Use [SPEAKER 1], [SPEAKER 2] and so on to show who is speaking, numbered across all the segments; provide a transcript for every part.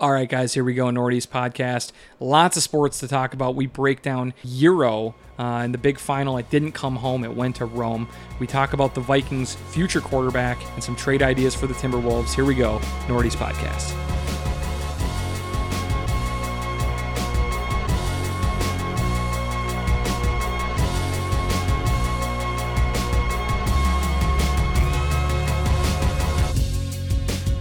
[SPEAKER 1] All right, guys, here we go. Nordy's podcast. Lots of sports to talk about. We break down Euro uh, in the big final. It didn't come home, it went to Rome. We talk about the Vikings' future quarterback and some trade ideas for the Timberwolves. Here we go. Nordy's podcast.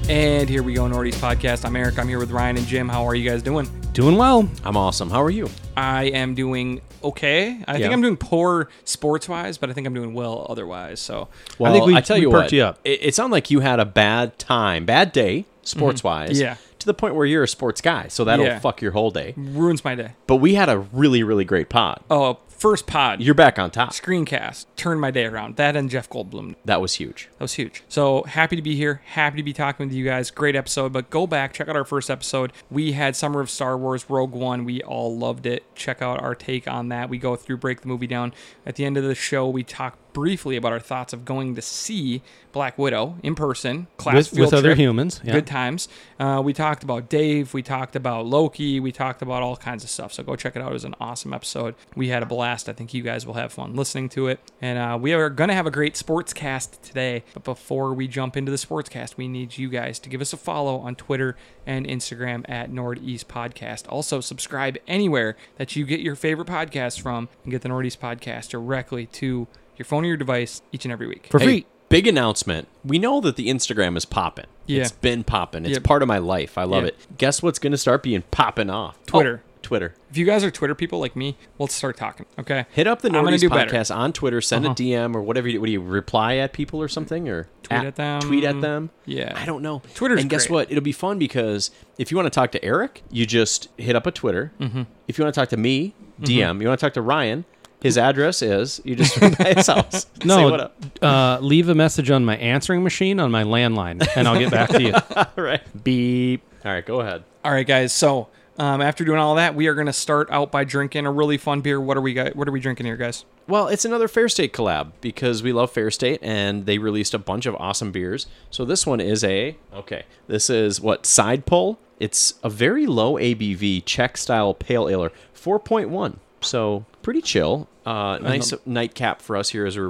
[SPEAKER 1] And here we go, Nordy's podcast. I'm Eric. I'm here with Ryan and Jim. How are you guys doing?
[SPEAKER 2] Doing well. I'm awesome. How are you?
[SPEAKER 1] I am doing okay. I
[SPEAKER 2] Yeah.
[SPEAKER 1] think I'm doing poor sports wise, but I think I'm doing well otherwise. So,
[SPEAKER 2] Well,
[SPEAKER 3] think we-
[SPEAKER 2] I tell
[SPEAKER 3] we
[SPEAKER 2] you
[SPEAKER 3] perked
[SPEAKER 2] what,
[SPEAKER 3] you up.
[SPEAKER 2] It, it sounded like you had a bad time, bad day, sports wise.
[SPEAKER 1] Mm-hmm. Yeah.
[SPEAKER 2] To the point where you're a sports guy, so that'll
[SPEAKER 1] Yeah.
[SPEAKER 2] fuck your whole day.
[SPEAKER 1] ruins my day.
[SPEAKER 2] But we had a really, really great pod.
[SPEAKER 1] Oh, first pod, your
[SPEAKER 2] You're back on top.
[SPEAKER 1] screencast turned my day around. That and Jeff Goldblum.
[SPEAKER 2] That was huge.
[SPEAKER 1] That was huge. So happy to be here. Happy to be talking with you guys. Great episode. But go back, check out our first episode. We had Summer of Star Wars Rogue One. We all loved it. Check out our take on that. We go through, break the movie down. At the end of the show, we talk briefly about our thoughts of going to see Black Widow in person, class
[SPEAKER 3] With-
[SPEAKER 1] field
[SPEAKER 3] with other
[SPEAKER 1] trip.
[SPEAKER 3] humans, yeah.
[SPEAKER 1] Good times. Uh, we talked about Dave. We talked about Loki. We talked about all kinds of stuff. So go check it out. It was an awesome episode. We had a blast. I think you guys will have fun listening to it. And uh, we are going to have a great sports cast today. But before we jump into the sports cast, we need you guys to give us a follow on Twitter and Instagram at Nordeast Podcast. Also, subscribe anywhere that you get your favorite podcast from and get the Nordeast Podcast directly to your phone or your device each and every week.
[SPEAKER 3] For
[SPEAKER 2] Hey,
[SPEAKER 3] free.
[SPEAKER 2] big announcement. We know that the Instagram is popping.
[SPEAKER 1] Yeah.
[SPEAKER 2] It's been popping. It's
[SPEAKER 1] Yep.
[SPEAKER 2] part of my life. I love
[SPEAKER 1] Yeah.
[SPEAKER 2] it. Guess what's going to start being popping off? Oh,
[SPEAKER 1] Twitter.
[SPEAKER 2] Twitter.
[SPEAKER 1] If you guys are Twitter people like me, we'll start talking. Okay.
[SPEAKER 2] Hit up the
[SPEAKER 1] I'm gonna
[SPEAKER 2] Nordies
[SPEAKER 1] do better. Uh-huh.
[SPEAKER 2] podcast on Twitter. Send a DM or whatever. You, what do you reply at people or something or
[SPEAKER 1] Tweet at them.
[SPEAKER 2] Tweet at them.
[SPEAKER 1] Yeah.
[SPEAKER 2] I don't know.
[SPEAKER 1] Twitter's
[SPEAKER 2] and guess
[SPEAKER 1] great.
[SPEAKER 2] what? It'll be fun because if you want to talk to Eric, you just hit up a Twitter.
[SPEAKER 1] Mm-hmm.
[SPEAKER 2] If you want to talk to me, DM. You want to talk to Ryan, his address is you just run by his house. Say what
[SPEAKER 3] No,
[SPEAKER 2] up.
[SPEAKER 3] uh, leave a message on my answering machine on my landline, and I'll get back to you.
[SPEAKER 2] All right. Beep. All right. Go ahead.
[SPEAKER 1] All right, guys. So um, after doing all that, we are going to start out by drinking a really fun beer. What are we got? What are we drinking here, guys?
[SPEAKER 2] Well, it's another Fair State collab because we love Fair State and they released a bunch of awesome beers. So this one is a okay. This is what side pull. It's a very low ABV Czech style pale ale, four point one. So pretty chill. Uh, nice nightcap for us here as we're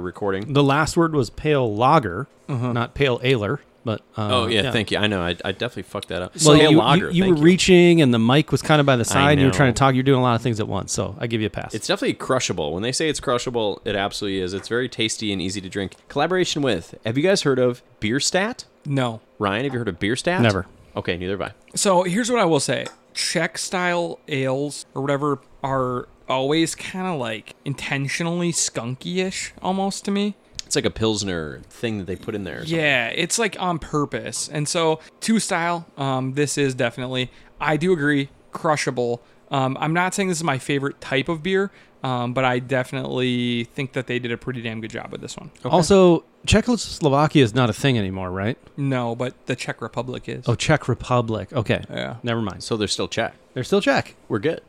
[SPEAKER 2] recording.
[SPEAKER 3] The last word was pale lager, not pale ailer, but uh,
[SPEAKER 2] Oh yeah, thank you. I know. I, I definitely fucked that up.
[SPEAKER 3] Well,
[SPEAKER 2] pale
[SPEAKER 3] you,
[SPEAKER 2] lager.
[SPEAKER 3] you, you
[SPEAKER 2] thank
[SPEAKER 3] were reaching, and the mic was kind of by the side, and you were
[SPEAKER 2] know.
[SPEAKER 3] trying to talk. You're doing a lot of things at once, so I give you a pass.
[SPEAKER 2] It's definitely crushable. When they say it's crushable, it absolutely is. It's very tasty and easy to drink. Collaboration with. Have you guys heard of Beer Stat?
[SPEAKER 1] No.
[SPEAKER 2] Ryan, have you heard of Beer Stat?
[SPEAKER 3] Never.
[SPEAKER 2] Okay, neither have I.
[SPEAKER 1] So here's what I will say: Czech style ales or whatever are always kind of like intentionally skunky-ish, almost to me.
[SPEAKER 2] It's like a pilsner thing that they put in there. or
[SPEAKER 1] Yeah, it's like on purpose. And so, two style, um, this is definitely, I do agree, crushable. Um, I'm not saying this is my favorite type of beer, um, but I definitely think that they did a pretty damn good job with this one.
[SPEAKER 3] Also, Czechoslovakia is not a thing anymore, right?
[SPEAKER 1] No, but the Czech Republic is.
[SPEAKER 3] Oh, Czech Republic. Okay,
[SPEAKER 1] Yeah.
[SPEAKER 3] never
[SPEAKER 2] something.
[SPEAKER 3] mind.
[SPEAKER 2] So they're still Czech.
[SPEAKER 3] They're still Czech
[SPEAKER 2] We're good.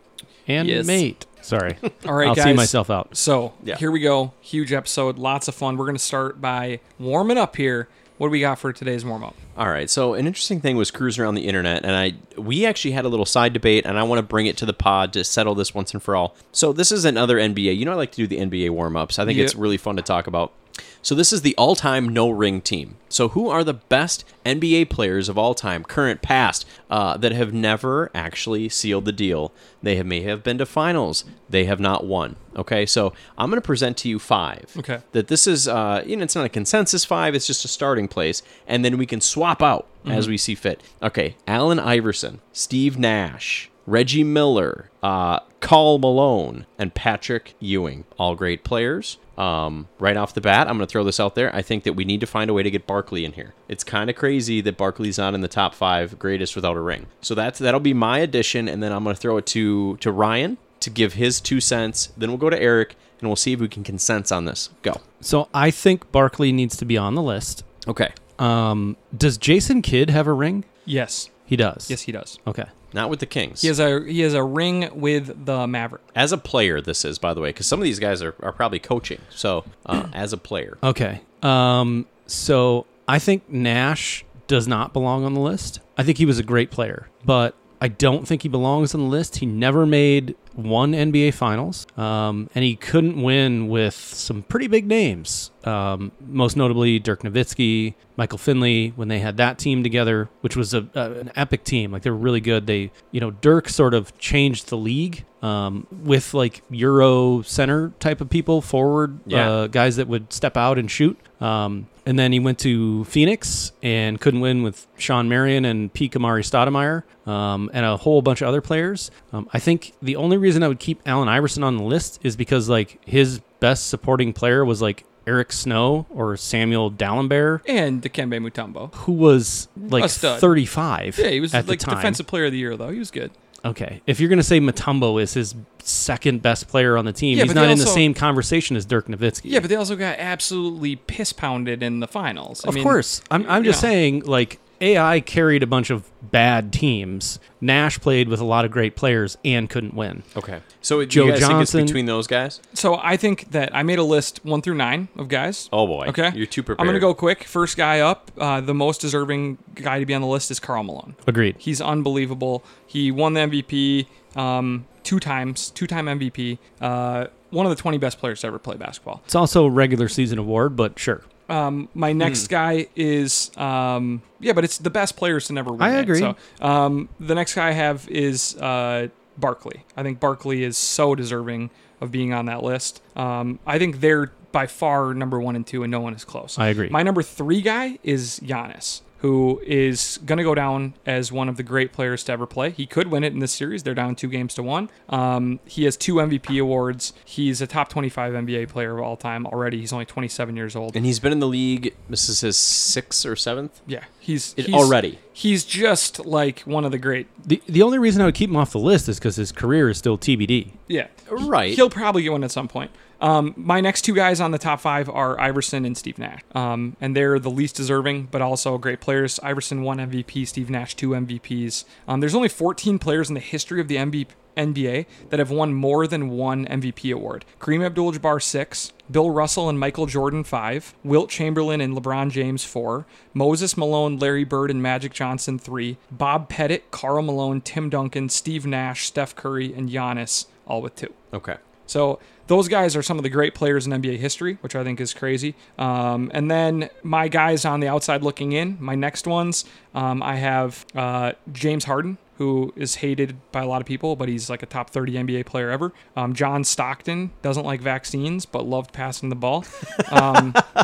[SPEAKER 3] and
[SPEAKER 1] Yes.
[SPEAKER 3] mate. Sorry.
[SPEAKER 1] All right,
[SPEAKER 3] I'll see
[SPEAKER 1] guys.
[SPEAKER 3] myself out.
[SPEAKER 1] So
[SPEAKER 2] Yeah.
[SPEAKER 1] here we go. Huge episode, lots of fun. We're going to start by warming up here. What do we got for today's warm up?
[SPEAKER 2] All right. So an interesting thing was cruising around the internet, and I we actually had a little side debate, and I want to bring it to the pod to settle this once and for all. So this is another NBA. You know, I like to do the NBA warm ups. I think
[SPEAKER 1] Yeah.
[SPEAKER 2] it's really fun to talk about. So this is the all time no ring team. So who are the best NBA players of all time, current, past, uh, that have never actually sealed the deal? They have may have been to finals. They have not won. Okay. So I'm going to present to you five.
[SPEAKER 1] Okay.
[SPEAKER 2] that this is uh, you know it's not a consensus five it's just a starting place and then we can swap out as we see fit okay Allen Iverson Steve Nash Reggie Miller uh, Carl Malone and Patrick Ewing all great players um, right off the bat I'm gonna throw this out there I think that we need to find a way to get Barkley in here it's kind of crazy that Barkley's not in the top five greatest without a ring so that's that'll be my addition and then I'm gonna throw it to to Ryan to give his two cents then we'll go to Eric and we'll see if we can consensus on this. Go.
[SPEAKER 3] So I think Barkley needs to be on the list.
[SPEAKER 2] Okay.
[SPEAKER 3] Um, does Jason Kidd have a ring?
[SPEAKER 1] Yes.
[SPEAKER 3] He does.
[SPEAKER 1] Yes, he does.
[SPEAKER 3] Okay.
[SPEAKER 2] Not with the Kings.
[SPEAKER 1] He has a he has a ring with the Maverick.
[SPEAKER 2] as a player, this is, by the way, because some of these guys are, are probably coaching. So, uh, as a player,
[SPEAKER 3] Okay. Um, so I think Nash does not belong on the list. I think he was a great player, but I don't think he belongs on the list. He never made one NBA Finals, um, and he couldn't win with some pretty big names, um, most notably Dirk Nowitzki, Michael Finley, when they had that team together, which was a, a, an epic team. Like they were really good. They, you know, Dirk sort of changed the league um, with like Euro center type of people, forward
[SPEAKER 2] Yeah.
[SPEAKER 3] uh, guys that would step out and shoot. Um, and then he went to Phoenix and couldn't win with Sean Marion and P. Kamari Stoudemire um, and a whole bunch of other players. Um, I think the only reason I would keep Allen Iverson on the list is because like his best supporting player was like Eric Snow or Samuel Dallenberg,
[SPEAKER 1] and Dikembe Mutombo.
[SPEAKER 3] who was like
[SPEAKER 1] A stud.
[SPEAKER 3] 35.
[SPEAKER 1] Yeah, he was
[SPEAKER 3] at
[SPEAKER 1] like
[SPEAKER 3] the time.
[SPEAKER 1] defensive player of the year though. He was good.
[SPEAKER 3] Okay, if you're gonna say Matumbo is his second best player on the team,
[SPEAKER 1] Yeah,
[SPEAKER 3] he's
[SPEAKER 1] but they
[SPEAKER 3] not in the
[SPEAKER 1] also-
[SPEAKER 3] same conversation as Dirk Nowitzki.
[SPEAKER 1] Yeah, but they also got absolutely piss pounded in the finals. I
[SPEAKER 3] of
[SPEAKER 1] mean,
[SPEAKER 3] course. I'm, I'm just
[SPEAKER 1] yeah.
[SPEAKER 3] saying, like, AI carried a bunch of bad teams. Nash played with a lot of great players and couldn't win.
[SPEAKER 2] Okay. So it,
[SPEAKER 3] Joe
[SPEAKER 2] you guys think
[SPEAKER 3] Johnson.
[SPEAKER 2] it's between those guys?
[SPEAKER 1] So I think that I made a list one through nine of guys.
[SPEAKER 2] Oh, boy.
[SPEAKER 1] Okay,
[SPEAKER 2] You're too
[SPEAKER 1] I'm gonna
[SPEAKER 2] prepared.
[SPEAKER 1] go quick. First guy up, uh, the most deserving guy to be on the list is Carl Malone.
[SPEAKER 3] Agreed.
[SPEAKER 1] He's unbelievable. He won the MVP um, two times, two-time MVP. Uh, one of the 20 best players to ever play basketball.
[SPEAKER 3] It's also a regular season award, but sure.
[SPEAKER 1] Um, my
[SPEAKER 3] Hmm.
[SPEAKER 1] next guy is um, yeah, but it's the best players to never win.
[SPEAKER 3] I
[SPEAKER 1] it.
[SPEAKER 3] agree.
[SPEAKER 1] So, um, the next guy I have is uh, Barkley. I think Barkley is so deserving of being on that list. Um, I think they're by far number one and two, and no one is close.
[SPEAKER 3] I agree.
[SPEAKER 1] My number three guy is Giannis. Who is going to go down as one of the great players to ever play? He could win it in this series. They're down two games to one. Um, he has two MVP awards. He's a top 25 NBA player of all time already. He's only 27 years old.
[SPEAKER 2] And he's been in the league. This is his sixth or seventh.
[SPEAKER 1] Yeah, he's,
[SPEAKER 2] It-
[SPEAKER 1] he's
[SPEAKER 2] already.
[SPEAKER 1] He's just like one of the great.
[SPEAKER 3] The, the only reason I would keep him off the list is because his career is still TBD.
[SPEAKER 1] Yeah,
[SPEAKER 2] Right.
[SPEAKER 1] He'll probably get one at some point. Um, my next two guys on the top five are Iverson and Steve Nash, um, and they're the least deserving, but also great players. Iverson won MVP, Steve Nash two MVPs. Um, there's only 14 players in the history of the MB- NBA that have won more than one MVP award. Kareem Abdul-Jabbar six, Bill Russell and Michael Jordan five, Wilt Chamberlain and LeBron James four, Moses Malone, Larry Bird, and Magic Johnson three, Bob Pettit, Carl Malone, Tim Duncan, Steve Nash, Steph Curry, and Giannis all with two.
[SPEAKER 2] Okay.
[SPEAKER 1] So those guys are some of the great players in NBA history, which I think is crazy. Um, and then my guys on the outside looking in, my next ones, um, I have uh, James Harden. Who is hated by a lot of people, but he's like a top 30 NBA player ever. Um, John Stockton doesn't like vaccines, but loved passing the ball. Um,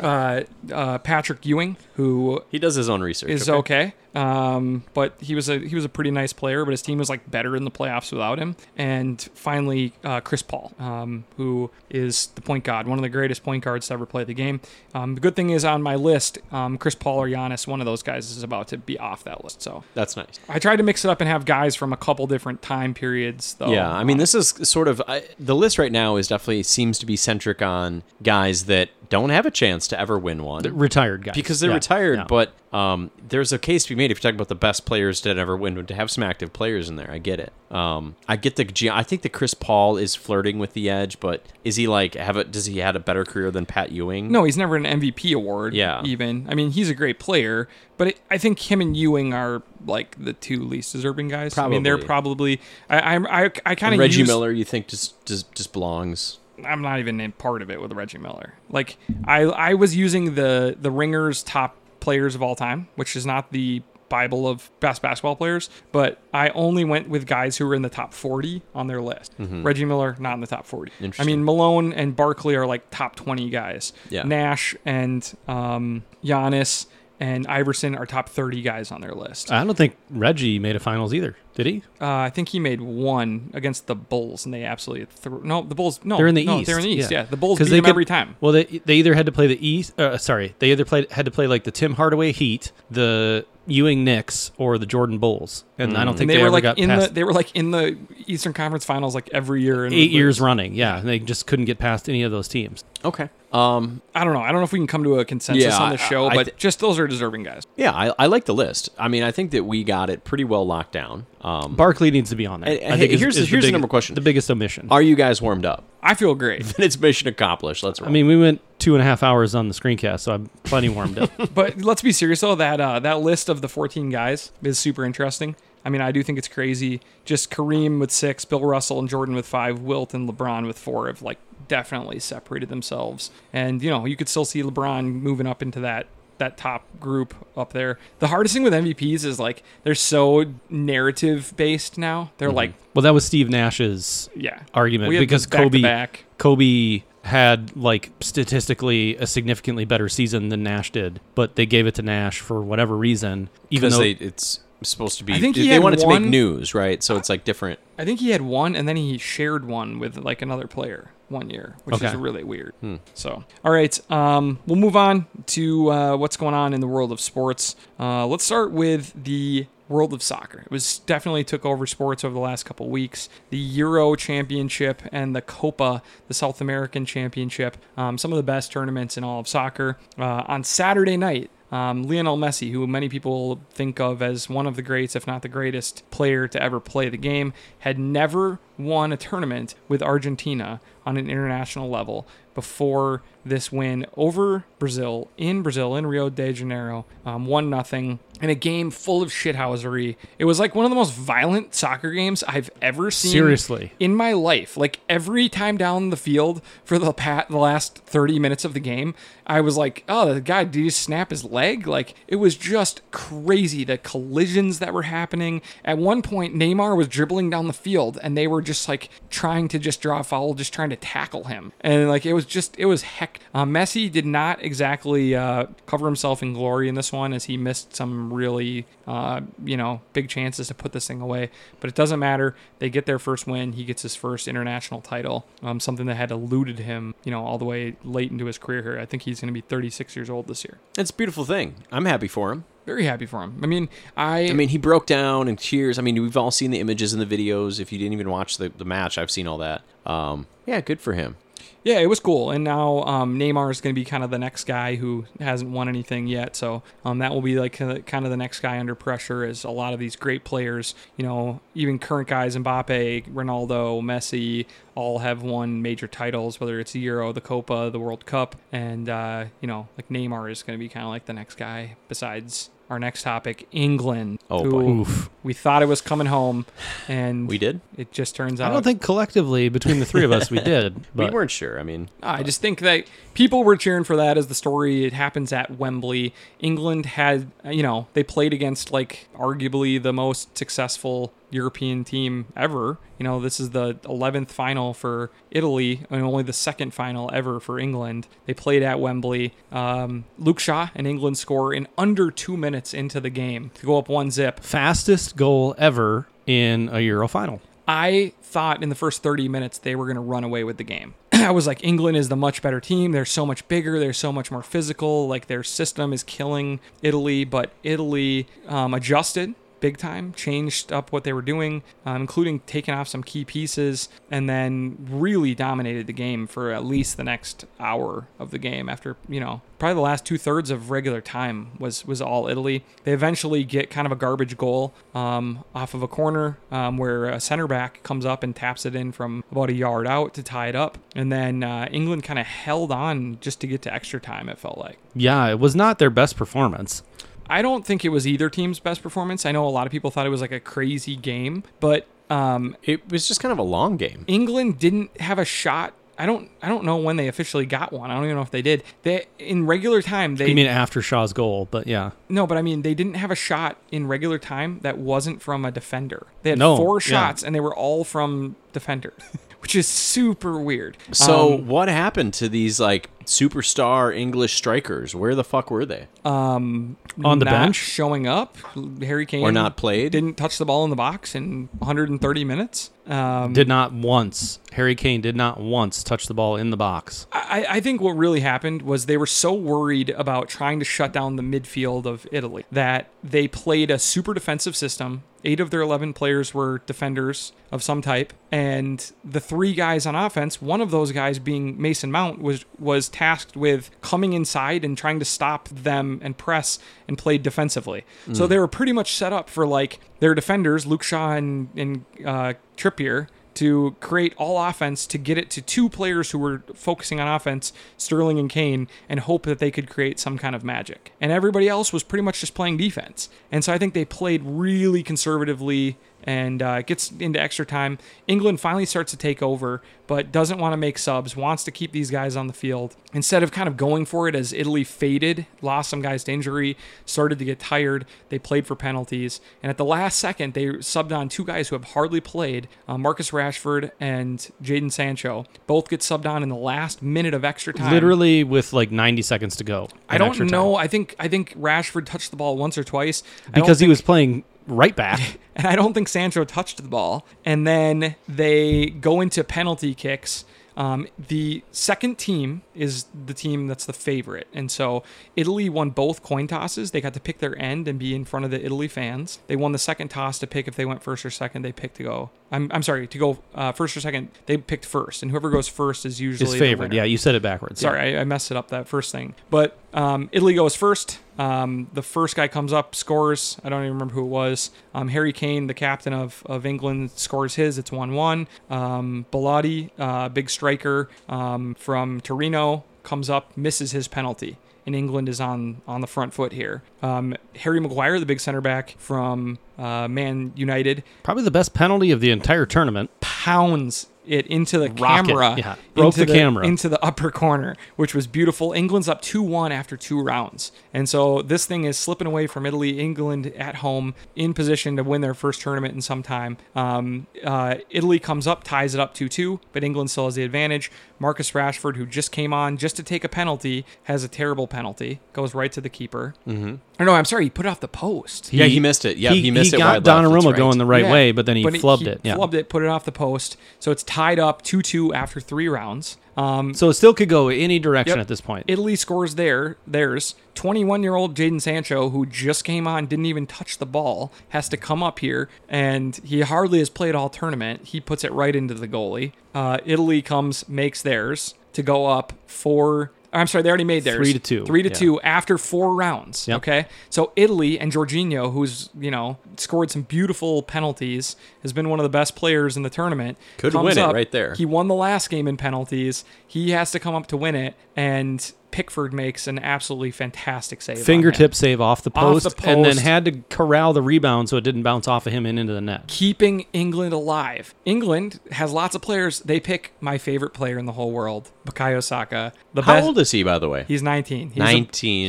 [SPEAKER 1] uh, uh, Patrick Ewing, who
[SPEAKER 2] He does his own research.
[SPEAKER 1] is okay. Um, but he was a he was a pretty nice player, but his team was like better in the playoffs without him. And finally, uh, Chris Paul, um, who is the point guard, one of the greatest point guards to ever play the game. Um, the good thing is on my list, um, Chris Paul or Giannis, one of those guys is about to be off that list. So
[SPEAKER 2] That's nice.
[SPEAKER 1] I tried to mix it up and have guys from a couple different time periods. Though,
[SPEAKER 2] Yeah, I mean, this is sort of I, the list right now is definitely seems to be centric on guys that don't have a chance to ever win one
[SPEAKER 3] Retired guy.
[SPEAKER 2] because they're retired. But um, there's a case to be made if you're talking about the best players that ever win to have some active players in there. I get it. Um, I get the. G- I think that Chris Paul is flirting with the edge, but is he like have a? Does he had a better career than Pat Ewing?
[SPEAKER 1] No, he's never an MVP award.
[SPEAKER 2] Mm-hmm. Yeah.
[SPEAKER 1] Even I mean, he's a great player, but it, I think him and Ewing are like the two least deserving guys. I mean, they're probably. I I'm- I I kind of
[SPEAKER 2] Reggie Miller, you think just just just belongs?
[SPEAKER 1] I'm not even in part of it with Reggie Miller. Like I I was using the the Ringers top players of all time, which is not the bible of best basketball players, but I only went with guys who were in the top 40 on their list.
[SPEAKER 3] Mm-hmm.
[SPEAKER 1] Reggie Miller not in the top 40. I mean Malone and Barkley are like top 20 guys.
[SPEAKER 2] Yeah.
[SPEAKER 1] Nash and um Giannis and Iverson are top 30 guys on their list. Uh,
[SPEAKER 3] I don't think Reggie made a finals either. Did he?
[SPEAKER 1] I think he made one against the Bulls, and they absolutely threw. No, the Bulls. No,
[SPEAKER 3] They're in the
[SPEAKER 1] Oh, no,
[SPEAKER 3] East.
[SPEAKER 1] They're in the East. Yeah, the Bulls beat
[SPEAKER 3] 'Cause
[SPEAKER 1] them
[SPEAKER 3] could-
[SPEAKER 1] every time.
[SPEAKER 3] Well, they they either had to play the East. Uh, sorry, they either played had to play like the Tim Hardaway Heat, the Ewing Knicks, or the Jordan Bulls. And I don't
[SPEAKER 1] Mm. And
[SPEAKER 3] think
[SPEAKER 1] they, were
[SPEAKER 3] ever
[SPEAKER 1] like
[SPEAKER 3] got
[SPEAKER 1] in the
[SPEAKER 3] past
[SPEAKER 1] they were like in the Eastern Conference Finals like every year. And
[SPEAKER 3] eight years running. Yeah, and they just couldn't get past any of those teams.
[SPEAKER 2] Okay. Um,
[SPEAKER 1] I don't know. I don't know if we can come to a consensus
[SPEAKER 2] Yeah,
[SPEAKER 1] on the
[SPEAKER 2] I-
[SPEAKER 1] show,
[SPEAKER 2] I
[SPEAKER 1] but
[SPEAKER 2] th-
[SPEAKER 1] just those are deserving guys.
[SPEAKER 2] Yeah, I, I like the list. I mean, I think that we got it pretty well locked down. Um,
[SPEAKER 3] Barkley needs to be on there.
[SPEAKER 2] Hey, hey, here's the-
[SPEAKER 3] the
[SPEAKER 2] here's the
[SPEAKER 3] big-
[SPEAKER 2] number question.
[SPEAKER 3] The biggest omission.
[SPEAKER 2] are you guys warmed up?
[SPEAKER 1] I feel great,
[SPEAKER 2] Then it's mission accomplished. Let's. Roll.
[SPEAKER 3] I mean, we went two and a half hours on the screencast, so I'm plenty warmed up.
[SPEAKER 1] but let's be serious though. That uh, that list of the 14 guys is super interesting. I mean, I do think it's crazy. Just Kareem with six, Bill Russell and Jordan with five, Wilt and LeBron with four have like definitely separated themselves. And you know, you could still see LeBron moving up into that that top group up there. The hardest thing with MVPs is like they're so narrative based now. They're like,
[SPEAKER 3] Well, that was Steve Nash's
[SPEAKER 1] yeah,
[SPEAKER 3] Mm-hmm. argument
[SPEAKER 1] We have
[SPEAKER 3] because
[SPEAKER 1] back to
[SPEAKER 3] Kobe
[SPEAKER 1] back.
[SPEAKER 3] Kobe had like statistically a significantly better season than Nash did, but they gave it to Nash for whatever reason. Even
[SPEAKER 2] because
[SPEAKER 3] though
[SPEAKER 2] they it's supposed to be.
[SPEAKER 1] I think he
[SPEAKER 2] they
[SPEAKER 1] had
[SPEAKER 2] wanted to
[SPEAKER 1] one-
[SPEAKER 2] make news, right? So it's like different.
[SPEAKER 1] I think he had one, and then he shared one with like another player one year, which is
[SPEAKER 3] Okay.
[SPEAKER 1] really weird. So, all right, um, we'll move on to uh, what's going on in the world of sports. Uh, let's start with the world of soccer. It was definitely took over sports over the last couple weeks. The Euro Championship and the Copa, the South American Championship, um, some of the best tournaments in all of soccer. Uh, on Saturday night, um, Lionel Messi, who many people think of as one of the greats, if not the greatest player to ever play the game, had never won a tournament with Argentina on an international level before this win over Brazil in Brazil in Rio de Janeiro, um, one nothing in a game full of shithousery. It was like one of the most violent soccer games I've ever seen
[SPEAKER 3] Seriously.
[SPEAKER 1] in my life. Like every time down the field for the pa- the last 30 minutes of the game, I was like, oh, the guy did he snap his leg? Like it was just crazy the collisions that were happening. At one point, Neymar was dribbling down the field and they were just like trying to just draw a foul, just trying to tackle him. And like it was just it was heck. Uh, Messi did not exactly uh, cover himself in glory in this one as he missed some really uh, you know big chances to put this thing away. But it doesn't matter. They get their first win. He gets his first international title. Um, something that had eluded him you know all the way late into his career here. I think he's going to be 36 years old this year.
[SPEAKER 2] It's a beautiful thing. I'm happy for him.
[SPEAKER 1] Very happy for him. I mean, I,
[SPEAKER 2] I mean, he broke down in tears. I mean, we've all seen the images and the videos. If you didn't even watch the, the match, I've seen all that. Um, yeah, good for him.
[SPEAKER 1] Yeah, it was cool. And now um, Neymar is going to be kind of the next guy who hasn't won anything yet. So um, that will be like kinda- kind of the next guy under pressure is a lot of these great players, you know, even current guys, Mbappe, Ronaldo, Messi, all have won major titles, whether it's the Euro, the Copa, the World Cup. And, uh, you know, like Neymar is going to be kind of like the next guy besides our next topic, England.
[SPEAKER 2] Oh,
[SPEAKER 1] who
[SPEAKER 2] boy.
[SPEAKER 3] Oof.
[SPEAKER 1] We thought it was coming home. And
[SPEAKER 2] We did.
[SPEAKER 1] It just turns out.
[SPEAKER 3] I don't think collectively between the three of us we did, but
[SPEAKER 2] we weren't sure. I mean,
[SPEAKER 1] I just think that people were cheering for that as the story. It happens at Wembley. England had, you know, they played against like arguably the most successful European team ever. You know, this is the 11th final for Italy and only the second final ever for England. They played at Wembley. Um, Luke Shaw and England score in under two minutes into the game to go up one zip.
[SPEAKER 3] fastest goal ever in a Euro final.
[SPEAKER 1] I thought in the first 30 minutes they were going to run away with the game. I was like, England is the much better team. They're so much bigger. They're so much more physical. Like their system is killing Italy, but Italy um, adjusted big time, changed up what they were doing, um, including taking off some key pieces, and then really dominated the game for at least the next hour of the game. After you know, probably the last two thirds of regular time was was all Italy. They eventually get kind of a garbage goal um, off of a corner um, where a center back comes up and taps it in from about a yard out to tie it up. And then uh, England kind of held on just to get to extra time, it felt like.
[SPEAKER 3] Yeah, it was not their best performance.
[SPEAKER 1] I don't think it was either team's best performance. I know a lot of people thought it was like a crazy game, but um,
[SPEAKER 2] it was just kind of a long game.
[SPEAKER 1] England didn't have a shot. I don't. I don't know when they officially got one. I don't even know if they did. They in regular time. They
[SPEAKER 3] You mean after Shaw's goal, but yeah.
[SPEAKER 1] No, but I mean, they didn't have a shot in regular time that wasn't from a defender. They had
[SPEAKER 3] No,
[SPEAKER 1] four
[SPEAKER 3] yeah.
[SPEAKER 1] shots, and they were all from defender, which is super weird. Um,
[SPEAKER 2] So what happened to these like superstar English strikers? Where the fuck were they?
[SPEAKER 3] On the
[SPEAKER 1] Not
[SPEAKER 3] bench?
[SPEAKER 1] showing up, Harry Kane
[SPEAKER 2] Or not played?
[SPEAKER 1] didn't touch the ball in the box in 130 minutes. Um,
[SPEAKER 3] Did not once. Harry Kane did not once touch the ball in the box.
[SPEAKER 1] I, I think what really happened was they were so worried about trying to shut down the midfield of Italy that they played a super defensive system. Eight of their 11 players were defenders of some type. And the three guys on offense, one of those guys being Mason Mount, was, was tasked with coming inside and trying to stop them and press and play defensively. So they were pretty much set up for like their defenders, Luke Shaw and, and uh, Trippier to create all offense to get it to two players who were focusing on offense, Sterling and Kane, and hope that they could create some kind of magic. And everybody else was pretty much just playing defense. And so I think they played really conservatively and uh, gets into extra time. England finally starts to take over, but doesn't want to make subs, wants to keep these guys on the field. Instead of kind of going for it as Italy faded, lost some guys to injury, started to get tired, they played for penalties. And at the last second, they subbed on two guys who have hardly played uh, Marcus Rashford and Jaden Sancho. Both get subbed on in the last minute of extra time.
[SPEAKER 3] Literally with like 90 seconds to go.
[SPEAKER 1] I
[SPEAKER 3] in
[SPEAKER 1] don't
[SPEAKER 3] extra time.
[SPEAKER 1] know. I think I think Rashford touched the ball once or twice I don't
[SPEAKER 3] because he
[SPEAKER 1] think-
[SPEAKER 3] was playing right back.
[SPEAKER 1] and I don't think Sancho touched the ball. And then they go into penalty kicks. Um, the second team is the team that's the favorite. And so Italy won both coin tosses. They got to pick their end and be in front of the Italy fans. They won the second toss to pick if they went first or second. They picked to go. I'm, I'm sorry, to go uh, first or second. They picked first. And whoever goes first is usually
[SPEAKER 3] His
[SPEAKER 1] the
[SPEAKER 3] favorite.
[SPEAKER 1] winner.
[SPEAKER 3] Yeah, you said it backwards. Yeah.
[SPEAKER 1] Sorry, I, I messed it up that first thing. But um, Italy goes first. Um, the first guy comes up, scores. I don't even remember who it was. Um, Harry Kane, the captain of, of England, scores his. It's 1 1. Um, Bellotti, uh, big striker um, from Torino, comes up, misses his penalty. And England is on, on the front foot here. Um, Harry Maguire, the big center back from uh, Man United,
[SPEAKER 3] Probably the best penalty of the entire tournament.
[SPEAKER 1] pounds it into the
[SPEAKER 3] Rocket,
[SPEAKER 1] camera,
[SPEAKER 3] yeah. Broke
[SPEAKER 1] into
[SPEAKER 3] the camera.
[SPEAKER 1] into the upper corner, which was beautiful. England's up two one after two rounds, and so this thing is slipping away from Italy. England at home in position to win their first tournament in some time. Um, uh, Italy comes up, ties it up two two, but England still has the advantage. Marcus Rashford, who just came on just to take a penalty, has a terrible penalty, goes right to the keeper. Mm-hmm. Or no, I'm sorry, he put it off the post.
[SPEAKER 2] Yeah, he missed it. Yeah, he missed it
[SPEAKER 3] He got
[SPEAKER 2] wide left. That's
[SPEAKER 3] Donnarumma
[SPEAKER 2] right.
[SPEAKER 3] going the right
[SPEAKER 1] Yeah.
[SPEAKER 3] way, but then he
[SPEAKER 1] But
[SPEAKER 3] flubbed it. Yeah.
[SPEAKER 1] Flubbed it, put it off the post. So it's tied up 2 2 after three rounds. Um,
[SPEAKER 3] So it still could go any direction at this point.
[SPEAKER 1] Italy scores there. There's 21 year old Jaden Sancho, who just came on, didn't even touch the ball, has to come up here, and he hardly has played all tournament. He puts it right into the goalie. Uh, Italy comes, makes theirs to go up four. I'm sorry, they already made theirs.
[SPEAKER 3] Three to two,
[SPEAKER 1] Three to
[SPEAKER 3] yeah.
[SPEAKER 1] two after four rounds.
[SPEAKER 3] Yep.
[SPEAKER 1] Okay. So Italy and Jorginho, who's, you know, scored some beautiful penalties, has been one of the best players in the tournament.
[SPEAKER 2] Could
[SPEAKER 1] comes
[SPEAKER 2] win it
[SPEAKER 1] up,
[SPEAKER 2] right there.
[SPEAKER 1] He won the last game in penalties. He has to come up to win it, and Pickford makes an absolutely fantastic save. on him.
[SPEAKER 3] Fingertip save off the,
[SPEAKER 1] Off
[SPEAKER 3] post,
[SPEAKER 1] the
[SPEAKER 3] and then
[SPEAKER 1] post.
[SPEAKER 3] had to corral the rebound so it didn't bounce off of him and into the net.
[SPEAKER 1] Keeping England alive. England has lots of players. They pick my favorite player in the whole world, Bukayo Saka. The
[SPEAKER 2] How
[SPEAKER 1] best.
[SPEAKER 2] old is he, by the way?
[SPEAKER 1] He's 19. He's
[SPEAKER 2] 19.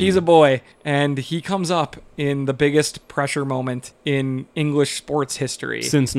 [SPEAKER 1] A, he's a boy, and he comes up in the biggest pressure moment in English sports history.
[SPEAKER 3] Since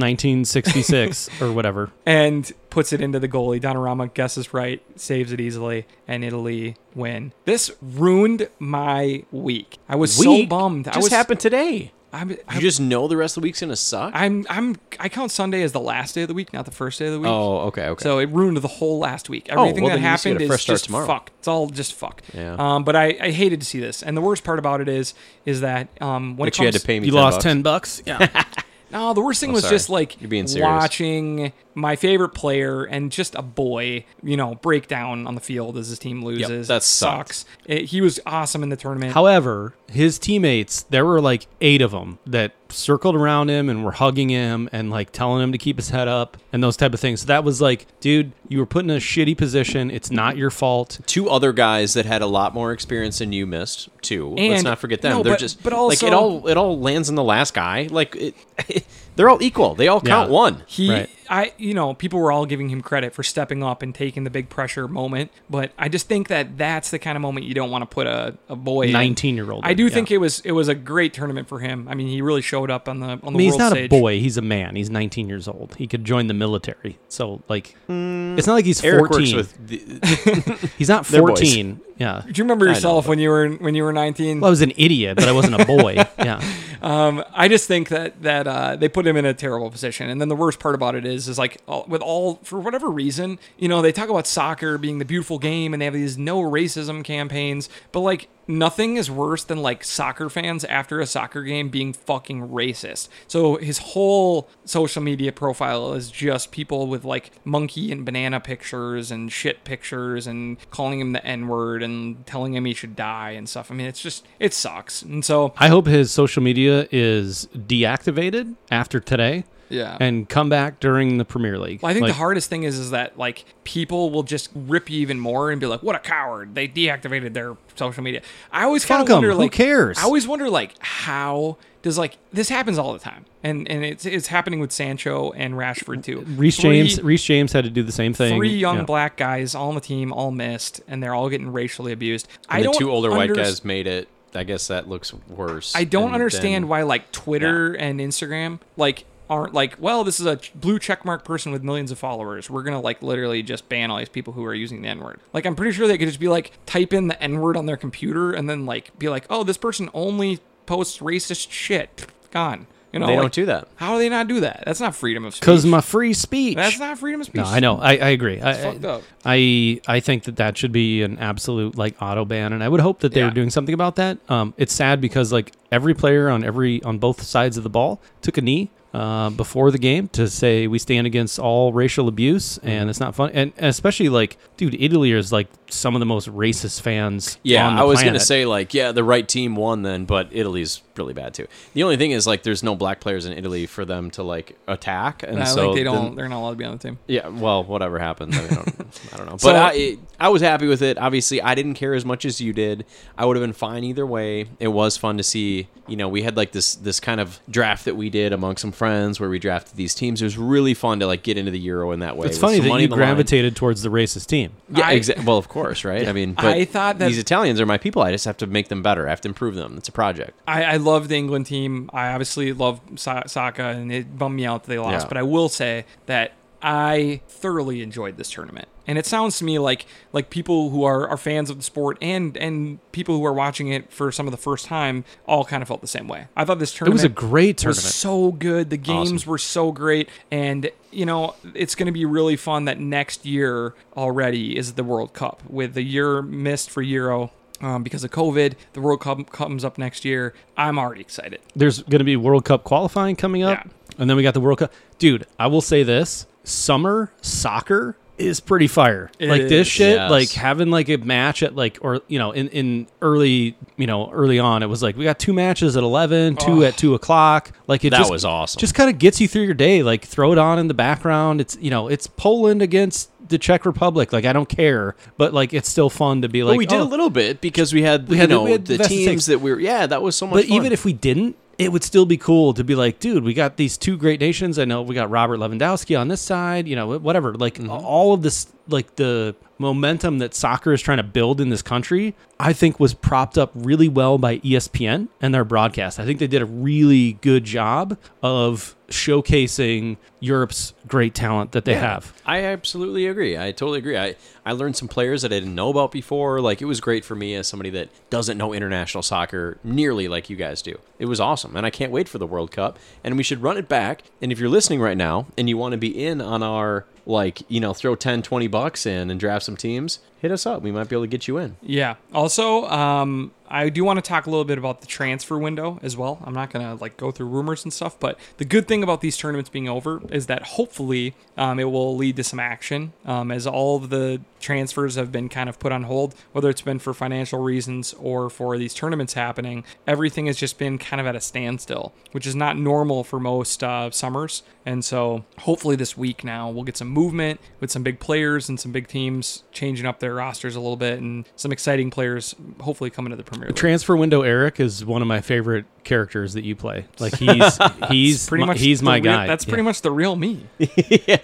[SPEAKER 3] 1966 or whatever.
[SPEAKER 1] and puts it into the goalie. Donnarumma guesses right, saves it easily, and Italy win. This ruined my week. I was so
[SPEAKER 2] Week
[SPEAKER 1] bummed.
[SPEAKER 2] Just
[SPEAKER 1] I was
[SPEAKER 2] happened today.
[SPEAKER 1] I'm,
[SPEAKER 2] You
[SPEAKER 1] I'm,
[SPEAKER 2] just know the rest of the week's gonna suck.
[SPEAKER 1] I'm I'm I count Sunday as the last day of the week, not the first day of the week.
[SPEAKER 2] oh, okay, okay.
[SPEAKER 1] So it ruined the whole last week. Everything
[SPEAKER 2] well,
[SPEAKER 1] that
[SPEAKER 2] then you just
[SPEAKER 1] happened
[SPEAKER 2] get a
[SPEAKER 1] is
[SPEAKER 2] fresh start
[SPEAKER 1] just
[SPEAKER 2] tomorrow.
[SPEAKER 1] fucked. It's all just fuck.
[SPEAKER 2] Yeah.
[SPEAKER 1] Um, but I, I hated to see this, and the worst part about it is is that um when
[SPEAKER 2] but
[SPEAKER 1] it comes
[SPEAKER 2] you had to pay me.
[SPEAKER 3] You
[SPEAKER 2] 10
[SPEAKER 3] lost
[SPEAKER 2] bucks.
[SPEAKER 3] 10 bucks? Yeah.
[SPEAKER 1] No, the worst thing was
[SPEAKER 2] Oh, sorry.
[SPEAKER 1] just like
[SPEAKER 2] You're being serious.
[SPEAKER 1] watching my favorite player and just a boy, you know, break down on the field as his team loses.
[SPEAKER 2] that
[SPEAKER 1] It
[SPEAKER 2] sucked.
[SPEAKER 1] sucks. It- he was awesome in the tournament.
[SPEAKER 3] However, his teammates, there were like eight of them that circled around him and were hugging him and like telling him to keep his head up and those type of things. So that was like, dude, you were put in a shitty position. It's not your fault.
[SPEAKER 2] Two other guys that had a lot more experience than you missed too. Let's
[SPEAKER 1] And-
[SPEAKER 2] not forget them.
[SPEAKER 1] no,
[SPEAKER 2] they're
[SPEAKER 1] but-
[SPEAKER 2] just
[SPEAKER 1] but
[SPEAKER 2] like it
[SPEAKER 1] also-
[SPEAKER 2] all. It all lands on the last guy. Like it, they're all equal. They all count
[SPEAKER 3] Yeah.
[SPEAKER 2] one.
[SPEAKER 1] he,
[SPEAKER 3] Right.
[SPEAKER 1] I, you know, people were all giving him credit for stepping up and taking the big pressure moment, but I just think that that's the kind of moment you don't want to put a, a boy, in.
[SPEAKER 3] 19-year-old
[SPEAKER 1] I
[SPEAKER 3] in,
[SPEAKER 1] do
[SPEAKER 3] yeah.
[SPEAKER 1] think it was it was a great tournament for him. I mean, he really showed up on the on the
[SPEAKER 3] I mean, he's
[SPEAKER 1] world
[SPEAKER 3] not
[SPEAKER 1] stage.
[SPEAKER 3] a boy. He's a man. He's 19 years old. He could join the military. So, like, it's not like he's
[SPEAKER 2] Hmm. Eric
[SPEAKER 3] 14.
[SPEAKER 2] works with. The,
[SPEAKER 3] he's not
[SPEAKER 2] They're boys.
[SPEAKER 3] 14. Yeah.
[SPEAKER 1] Do you remember
[SPEAKER 2] know,
[SPEAKER 1] yourself
[SPEAKER 2] but-
[SPEAKER 1] when you were when you were 19?
[SPEAKER 3] Well, I was an idiot, but I wasn't a boy. Yeah.
[SPEAKER 1] Um, I just think that that uh, they put him in a terrible position, and then the worst part about it is, is like all, with all for whatever reason, you know, they talk about soccer being the beautiful game, and they have these no racism campaigns, but like nothing is worse than like soccer fans after a soccer game being fucking racist. So his whole social media profile is just people with like monkey and banana pictures and shit pictures and calling him the N word and telling him he should die and stuff. I mean, it's just, it sucks. And so,
[SPEAKER 3] I hope his social media is deactivated after today
[SPEAKER 1] yeah.
[SPEAKER 3] and come back during the Premier League.
[SPEAKER 1] Well, I think
[SPEAKER 3] Like,
[SPEAKER 1] the hardest thing is is that like people will just rip you even more and be like, "What a coward! They deactivated their social media." I always kind
[SPEAKER 3] Fuck
[SPEAKER 1] of
[SPEAKER 3] 'em.
[SPEAKER 1] wonder,
[SPEAKER 3] Who
[SPEAKER 1] like,
[SPEAKER 3] cares?
[SPEAKER 1] I always wonder, like, how does like this happens all the time, and and it's it's happening with Sancho and Rashford too.
[SPEAKER 3] Reece
[SPEAKER 1] Three-
[SPEAKER 3] James Reece James had to do the same thing.
[SPEAKER 1] Three young
[SPEAKER 3] Yeah.
[SPEAKER 1] black guys all on the team, all missed, and they're all getting racially abused. I
[SPEAKER 2] And the
[SPEAKER 1] don't
[SPEAKER 2] two older white
[SPEAKER 1] underst-
[SPEAKER 2] guys made it. I guess that looks worse.
[SPEAKER 1] I don't
[SPEAKER 2] than-
[SPEAKER 1] understand
[SPEAKER 2] than-
[SPEAKER 1] why like Twitter and Instagram like aren't like well this is a ch- blue checkmark person with millions of followers we're gonna like literally just ban all these people who are using the n word like i'm pretty sure they could just be like type in the n word on their computer and then like be like oh this person only posts racist shit gone you know
[SPEAKER 2] they
[SPEAKER 1] like,
[SPEAKER 2] don't do that.
[SPEAKER 1] how do they not do that that's not freedom of speech
[SPEAKER 3] Cause my free speech.
[SPEAKER 1] that's not freedom of speech
[SPEAKER 3] no, I know. I, I agree. I,
[SPEAKER 1] fucked up.
[SPEAKER 3] I I think that that should be an absolute like auto ban, and I would hope that they
[SPEAKER 1] Yeah.
[SPEAKER 3] were doing something about that. Um, it's sad because like every player on every on both sides of the ball took a knee uh, before the game to say we stand against all racial abuse,
[SPEAKER 2] Mm-hmm.
[SPEAKER 3] and it's not fun. And, and especially like, dude, Italy is like some of the most racist fans.
[SPEAKER 2] Yeah,
[SPEAKER 3] on the
[SPEAKER 2] I was gonna
[SPEAKER 3] planet.
[SPEAKER 2] say like, yeah, the right team won then, but Italy's really bad too. The only thing is like, there's no black players in Italy for them to like attack, and
[SPEAKER 1] I
[SPEAKER 2] so
[SPEAKER 1] think they
[SPEAKER 2] then-
[SPEAKER 1] don't they're not allowed to be on the team
[SPEAKER 2] Yeah, well, whatever happened, I, mean, I don't, I don't know. But
[SPEAKER 1] So-
[SPEAKER 2] I, it- I was happy with it. Obviously, I didn't care as much as you did. I would have been fine either way. It was fun to see. You know, we had like this this kind of draft that we did among some friends where we drafted these teams. It was really fun to like get into the Euro in that way.
[SPEAKER 3] it's
[SPEAKER 2] with
[SPEAKER 3] funny
[SPEAKER 2] some
[SPEAKER 3] that
[SPEAKER 2] money
[SPEAKER 3] you
[SPEAKER 2] on the line.
[SPEAKER 3] gravitated towards the racist team.
[SPEAKER 2] Yeah,
[SPEAKER 1] I-
[SPEAKER 2] exa- well, of course, right? I mean, but
[SPEAKER 1] I thought that-
[SPEAKER 2] these Italians are my people. I just have to make them better. I have to improve them. It's a project.
[SPEAKER 1] I, I love the England team. I obviously love Sa- Saka, and it bummed me out that they lost.
[SPEAKER 2] Yeah.
[SPEAKER 1] But I will say that I thoroughly enjoyed this tournament. And it sounds to me like like people who are, are fans of the sport and and people who are watching it for some of the first time all kind of felt the same way. I thought this
[SPEAKER 3] It
[SPEAKER 1] tournament
[SPEAKER 3] was a great
[SPEAKER 1] was
[SPEAKER 3] tournament.
[SPEAKER 1] so good. The games were so great, and you know it's going to be really fun. That next year already is the World Cup with the year missed for Euro. Um, because of COVID, the World Cup comes up next year. I'm already excited.
[SPEAKER 3] there's going to be World Cup qualifying coming up,
[SPEAKER 1] Yeah.
[SPEAKER 3] and then we got the World Cup. Dude, I will say this: summer soccer is pretty fire. like
[SPEAKER 1] is.
[SPEAKER 3] this shit,
[SPEAKER 2] Yes.
[SPEAKER 3] like having like a match at like or you know in in early you know early on, it was like we got two matches at 11,
[SPEAKER 2] Oh.
[SPEAKER 3] two at two o'clock. Like it
[SPEAKER 2] That
[SPEAKER 3] just,
[SPEAKER 2] was awesome.
[SPEAKER 3] Just kind of gets you through your day. Like throw it on in the background. It's you know it's Poland against the Czech Republic. Like I don't care, but like it's still fun to be like
[SPEAKER 2] but we did
[SPEAKER 3] oh,
[SPEAKER 2] a little bit because we had,
[SPEAKER 3] We
[SPEAKER 2] you
[SPEAKER 3] had the-
[SPEAKER 2] know
[SPEAKER 3] we had
[SPEAKER 2] the
[SPEAKER 3] best of six.
[SPEAKER 2] teams that we were. Yeah, that was so much.
[SPEAKER 3] But
[SPEAKER 2] fun.
[SPEAKER 3] even if we didn't, it would still be cool to be like, dude, we got these two great nations. I know we got Robert Lewandowski on this side, you know, whatever. Like
[SPEAKER 1] Mm-hmm.
[SPEAKER 3] all of this, like the momentum that soccer is trying to build in this country, I think was propped up really well by E ESPN and their broadcast. I think they did a really good job of showcasing Europe's great talent that they have.
[SPEAKER 2] I absolutely agree. I totally agree. I, I learned some players that I didn't know about before. Like it was great for me as somebody that doesn't know international soccer nearly like you guys do. It was awesome, and I can't wait for the World Cup. And we should run it back. And if you're listening right now and you want to be in on our like, you know, throw 10, 20 bucks in and draft some teams, hit us up. We might be able to get you in.
[SPEAKER 1] Yeah. Also, um, I do want to talk a little bit about the transfer window as well. I'm not gonna like go through rumors and stuff, but the good thing about these tournaments being over is that hopefully um, it will lead to some action, um, as all of the transfers have been kind of put on hold, whether it's been for financial reasons or for these tournaments happening. Everything has just been kind of at a standstill, which is not normal for most uh, summers. And so, hopefully, this week now we'll get some movement with some big players and some big teams changing up their rosters a little bit, and some exciting players hopefully coming to the Premier League.
[SPEAKER 3] Transfer window Eric is one of my favorite characters that you play. Like he's he's
[SPEAKER 1] pretty much,
[SPEAKER 3] he's
[SPEAKER 1] the
[SPEAKER 3] my
[SPEAKER 1] real-
[SPEAKER 3] guy.
[SPEAKER 1] That's
[SPEAKER 3] Yeah.
[SPEAKER 1] pretty much the real me.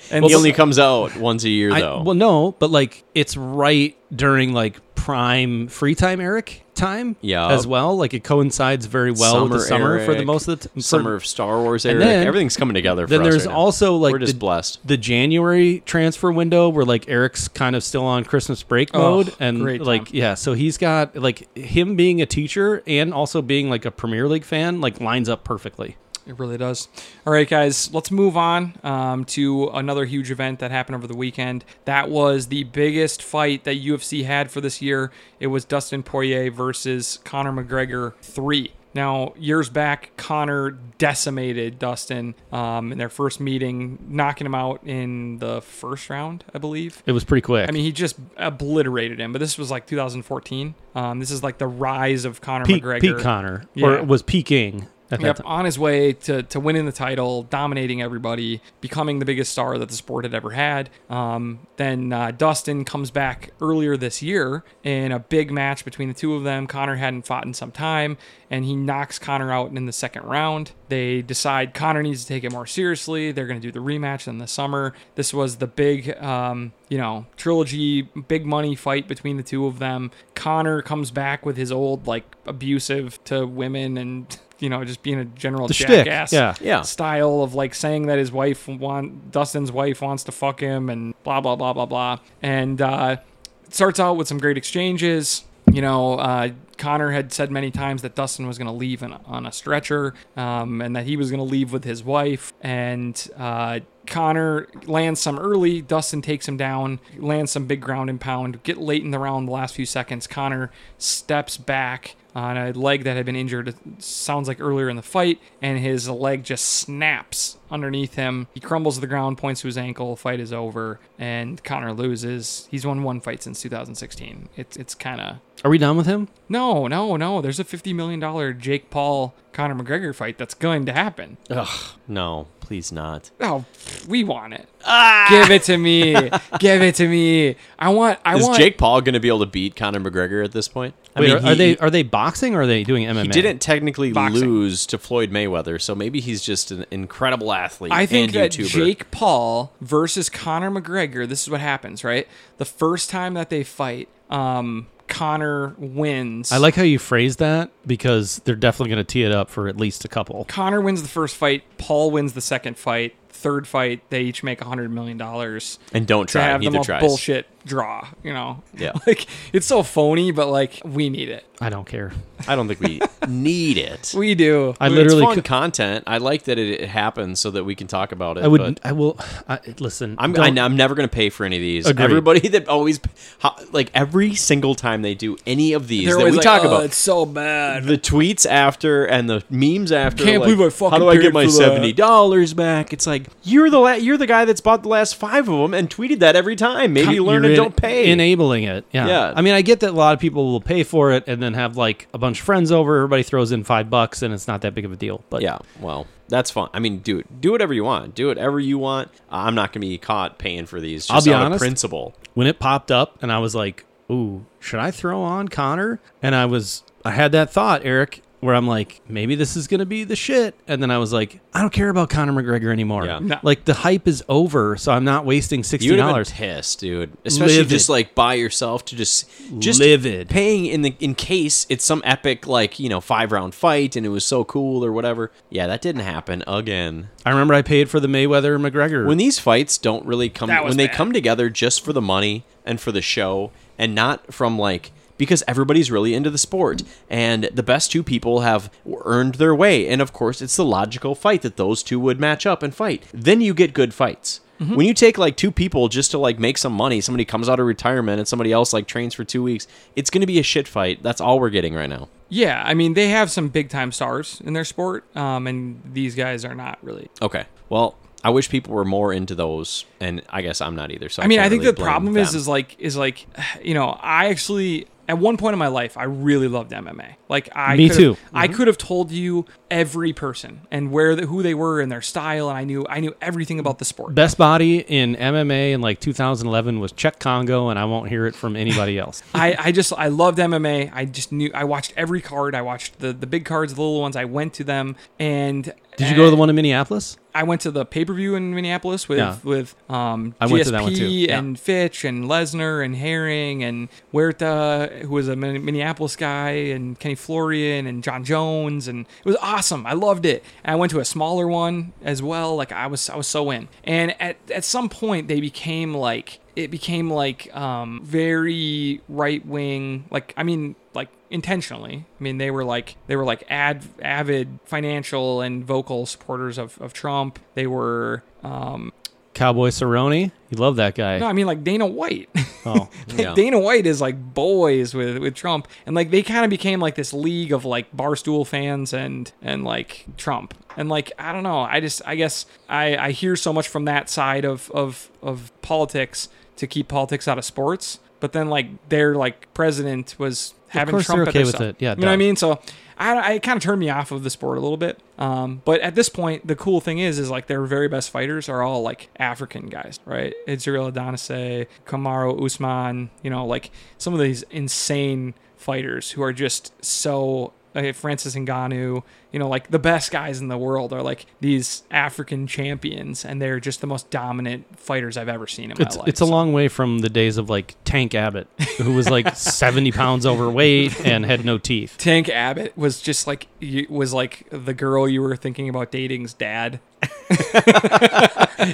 [SPEAKER 2] And he only comes out once a year
[SPEAKER 3] I-
[SPEAKER 2] though.
[SPEAKER 3] well, no, but like it's right during like prime free time Eric time.
[SPEAKER 2] Yeah.
[SPEAKER 3] as well. Like it coincides very well with the summer for the
[SPEAKER 2] Eric,
[SPEAKER 3] most of the t- for-
[SPEAKER 2] summer of Star Wars
[SPEAKER 3] And
[SPEAKER 2] Eric.
[SPEAKER 3] then-
[SPEAKER 2] Everything's coming together. for
[SPEAKER 3] Then
[SPEAKER 2] us
[SPEAKER 3] there's
[SPEAKER 2] right now.
[SPEAKER 3] also like
[SPEAKER 2] we're just
[SPEAKER 3] the,
[SPEAKER 2] blessed.
[SPEAKER 3] the January transfer window where like Eric's kind of still on Christmas break mode and
[SPEAKER 1] Oh, great time.
[SPEAKER 3] like yeah, so he's got like him being a teacher and also being like a Premier League fan like lines up perfectly.
[SPEAKER 1] It really does. All right, guys, let's move on um, to another huge event that happened over the weekend. That was the biggest fight that UFC had for this year. It was Dustin Poirier versus Conor McGregor 3. Now, years back, Connor decimated Dustin um, in their first meeting, knocking him out in the first round, I believe.
[SPEAKER 3] It was pretty quick.
[SPEAKER 1] I mean, he just obliterated him. But this was like 2014. Um, this is like the rise of Conor
[SPEAKER 3] peak,
[SPEAKER 1] McGregor.
[SPEAKER 3] peak Connor,
[SPEAKER 1] Yeah.
[SPEAKER 3] or was peaking at that
[SPEAKER 1] Yep,
[SPEAKER 3] time.
[SPEAKER 1] on his way to, to winning the title, dominating everybody, becoming the biggest star that the sport had ever had. Um, then uh, Dustin comes back earlier this year in a big match between the two of them. Connor hadn't fought in some time, and he knocks Connor out in the second round. They decide Connor needs to take it more seriously. They're going to do the rematch in the summer. This was the big, um, you know, trilogy, big money fight between the two of them. Connor comes back with his old, like, abusive to women and you know, just being a general
[SPEAKER 3] The shtick,
[SPEAKER 1] jackass
[SPEAKER 3] yeah.
[SPEAKER 2] Yeah.
[SPEAKER 1] style of like saying that his wife want Dustin's wife wants to fuck him and blah blah blah blah blah. And uh, it starts out with some great exchanges. You know, uh, Connor had said many times that Dustin was going to leave in, on a stretcher um, and that he was going to leave with his wife. And uh, Connor lands some early. Dustin takes him down, lands some big ground and pound. Get late in the round, the last few seconds. Connor steps back on a leg that had been injured, it sounds like earlier in the fight, and his leg just snaps underneath him. He crumbles to the ground, points to his ankle, fight is over, and Connor loses. He's won one fight since 2016. It's, it's kind of.
[SPEAKER 3] Are we done with him?
[SPEAKER 1] No, no, no. There's a $50 million Jake Paul Conor McGregor fight that's going to happen.
[SPEAKER 2] Ugh. No, please not.
[SPEAKER 1] Oh, we want it. Give it to me. Give it to me. I want. I
[SPEAKER 2] Is
[SPEAKER 1] want.
[SPEAKER 2] Jake Paul going to be able to beat Conor McGregor at this point? I
[SPEAKER 3] Wait, are, are
[SPEAKER 2] he-
[SPEAKER 3] they are they boxing or are they doing MMA?
[SPEAKER 2] He didn't technically
[SPEAKER 1] Boxing.
[SPEAKER 2] lose to Floyd Mayweather, so maybe he's just an incredible athlete.
[SPEAKER 1] I think
[SPEAKER 2] and
[SPEAKER 1] that
[SPEAKER 2] YouTuber.
[SPEAKER 1] Jake Paul versus Conor McGregor, this is what happens, right? The first time that they fight, um, Conor wins.
[SPEAKER 3] I like how you phrase that because they're definitely going to tee it up for at least a couple.
[SPEAKER 1] Connor wins the first fight. Paul wins the second fight. Third fight, they each make a hundred million dollars.
[SPEAKER 2] And don't
[SPEAKER 1] to
[SPEAKER 2] try.
[SPEAKER 1] have them
[SPEAKER 2] Neither
[SPEAKER 1] all
[SPEAKER 2] tries.
[SPEAKER 1] bullshit draw, you know.
[SPEAKER 2] Yeah.
[SPEAKER 1] like it's so phony, but like we need it.
[SPEAKER 3] I don't care.
[SPEAKER 2] I don't think we need it.
[SPEAKER 1] We do.
[SPEAKER 3] I
[SPEAKER 1] We-
[SPEAKER 3] literally
[SPEAKER 2] it's fun
[SPEAKER 3] could-
[SPEAKER 2] content. I like that it, it happens so that we can talk about it.
[SPEAKER 3] I would.
[SPEAKER 2] But
[SPEAKER 3] I will. I, listen.
[SPEAKER 2] I'm,
[SPEAKER 3] don't-
[SPEAKER 2] I, am never going to pay for any of these.
[SPEAKER 3] Agreed.
[SPEAKER 2] Everybody that always, how, like every single time they do any of these
[SPEAKER 1] they're
[SPEAKER 2] that we
[SPEAKER 1] always like,
[SPEAKER 2] talk
[SPEAKER 1] "Oh,
[SPEAKER 2] about,
[SPEAKER 1] It's so bad.
[SPEAKER 2] the tweets after and the memes after.
[SPEAKER 1] Can't
[SPEAKER 2] like,
[SPEAKER 1] believe I fucking
[SPEAKER 2] How do I
[SPEAKER 1] paid
[SPEAKER 2] get my
[SPEAKER 1] for that."
[SPEAKER 2] seventy dollars back? It's like you're the la- you're the guy that's bought the last five of them and tweeted that every time. Maybe
[SPEAKER 3] You're
[SPEAKER 2] learn and
[SPEAKER 3] en-
[SPEAKER 2] don't pay.
[SPEAKER 3] Enabling it. Yeah.
[SPEAKER 2] Yeah.
[SPEAKER 3] I mean, I get that a lot of people will pay for it and then have like a bunch of friends over. Everybody throws in five bucks and it's not that big of a deal. But
[SPEAKER 2] yeah, well, that's fun. I mean, do it. Do whatever you want. Do whatever you want. I'm not going to be caught paying for these. Just
[SPEAKER 3] I'll be
[SPEAKER 2] out of
[SPEAKER 3] honest.
[SPEAKER 2] principle.
[SPEAKER 3] when it popped up and I was like, ooh, should I throw on Connor? And I was, I had that thought, Eric, where I'm like, maybe this is going to be the shit. And then I was like, I don't care about Conor McGregor anymore.
[SPEAKER 2] Yeah.
[SPEAKER 1] No.
[SPEAKER 3] Like the hype is over. So I'm not wasting $60.
[SPEAKER 2] You would have been pissed, dude. Especially
[SPEAKER 3] Livid.
[SPEAKER 2] just like by yourself to just just
[SPEAKER 3] Livid.
[SPEAKER 2] paying in the in case it's some epic like you know five round fight and it was so cool or whatever. Yeah, that didn't happen again.
[SPEAKER 3] I remember I paid for the Mayweather McGregor.
[SPEAKER 2] When these fights don't really come
[SPEAKER 1] That was
[SPEAKER 2] when they
[SPEAKER 1] bad.
[SPEAKER 2] come together just for the money and for the show and not from like because everybody's really into the sport and the best two people have earned their way and of course it's the logical fight that those two would match up and fight. Then you get good fights.
[SPEAKER 1] Mm-hmm.
[SPEAKER 2] When you take like two people just to like make some money, somebody comes out of retirement and somebody else like trains for 2 weeks, it's going to be a shit fight. That's all we're getting right now.
[SPEAKER 1] Yeah, I mean they have some big time stars in their sport, um, and these guys are not really.
[SPEAKER 2] Okay. Well, I wish people were more into those and I guess I'm not either. So I,
[SPEAKER 1] I mean,
[SPEAKER 2] can't
[SPEAKER 1] I think
[SPEAKER 2] really
[SPEAKER 1] the
[SPEAKER 2] blame
[SPEAKER 1] problem is
[SPEAKER 2] them.
[SPEAKER 1] is like is like, you know, I actually at one point in my life I really loved MMA. Like I
[SPEAKER 3] Me
[SPEAKER 1] could've-
[SPEAKER 3] too. Mm-hmm.
[SPEAKER 1] I could have told you every person and where the, who they were and their style, and I knew I knew everything about the sport.
[SPEAKER 3] Best body in MMA in like 2011 was Czech Congo, and I won't hear it from anybody else.
[SPEAKER 1] I, I just I loved MMA. I just knew I watched every card. I watched the the big cards, the little ones. I went to them, and eh,
[SPEAKER 3] Did you go to the one in Minneapolis?
[SPEAKER 1] I went to the pay per view in Minneapolis with
[SPEAKER 3] Yeah.
[SPEAKER 1] with um,
[SPEAKER 3] I
[SPEAKER 1] GSP
[SPEAKER 3] went to that one too. Yeah.
[SPEAKER 1] and Fitch and Lesnar and Herring and Huerta, who was a Min- Minneapolis guy, and Kenny Florian and John Jones, and it was awesome. I loved it. And I went to a smaller one as well. Like I was I was so in. And at at some point they became like it became like um, very right wing. Like I mean, like intentionally. I mean, they were like they were like ad, avid financial and vocal supporters of of Trump. They were. Um,
[SPEAKER 3] Cowboy Cerrone, you love that guy.
[SPEAKER 1] no, I mean like Dana White.
[SPEAKER 3] Oh,
[SPEAKER 1] Like, Dana White is like boys with with Trump, and like they kind of became like this league of like barstool fans and and like Trump, and like I don't know, I just I guess I I hear so much from that side of of of politics to keep politics out of sports, but then like their like president was having
[SPEAKER 3] course
[SPEAKER 1] Trump
[SPEAKER 3] they're
[SPEAKER 1] at their
[SPEAKER 3] okay with
[SPEAKER 1] side.
[SPEAKER 3] it. Yeah,
[SPEAKER 1] you know what I
[SPEAKER 3] duh.
[SPEAKER 1] mean. So. I, I kind of turned me off of the sport a little bit, um, but at this point, the cool thing is, is like their very best fighters are all like African guys, right? Israel Adonise, Kamaru Usman, you know, like some of these insane fighters who are just so like Francis Ngannou, you know, like the best guys in the world are like these African champions, and they're just the most dominant fighters I've ever seen in my
[SPEAKER 3] it's,
[SPEAKER 1] life.
[SPEAKER 3] it's a
[SPEAKER 1] So-
[SPEAKER 3] long way from the days of like Tank Abbott, who was like 70 pounds overweight and had no teeth.
[SPEAKER 1] Tank Abbott was just like you, was like the girl you were thinking about dating's dad,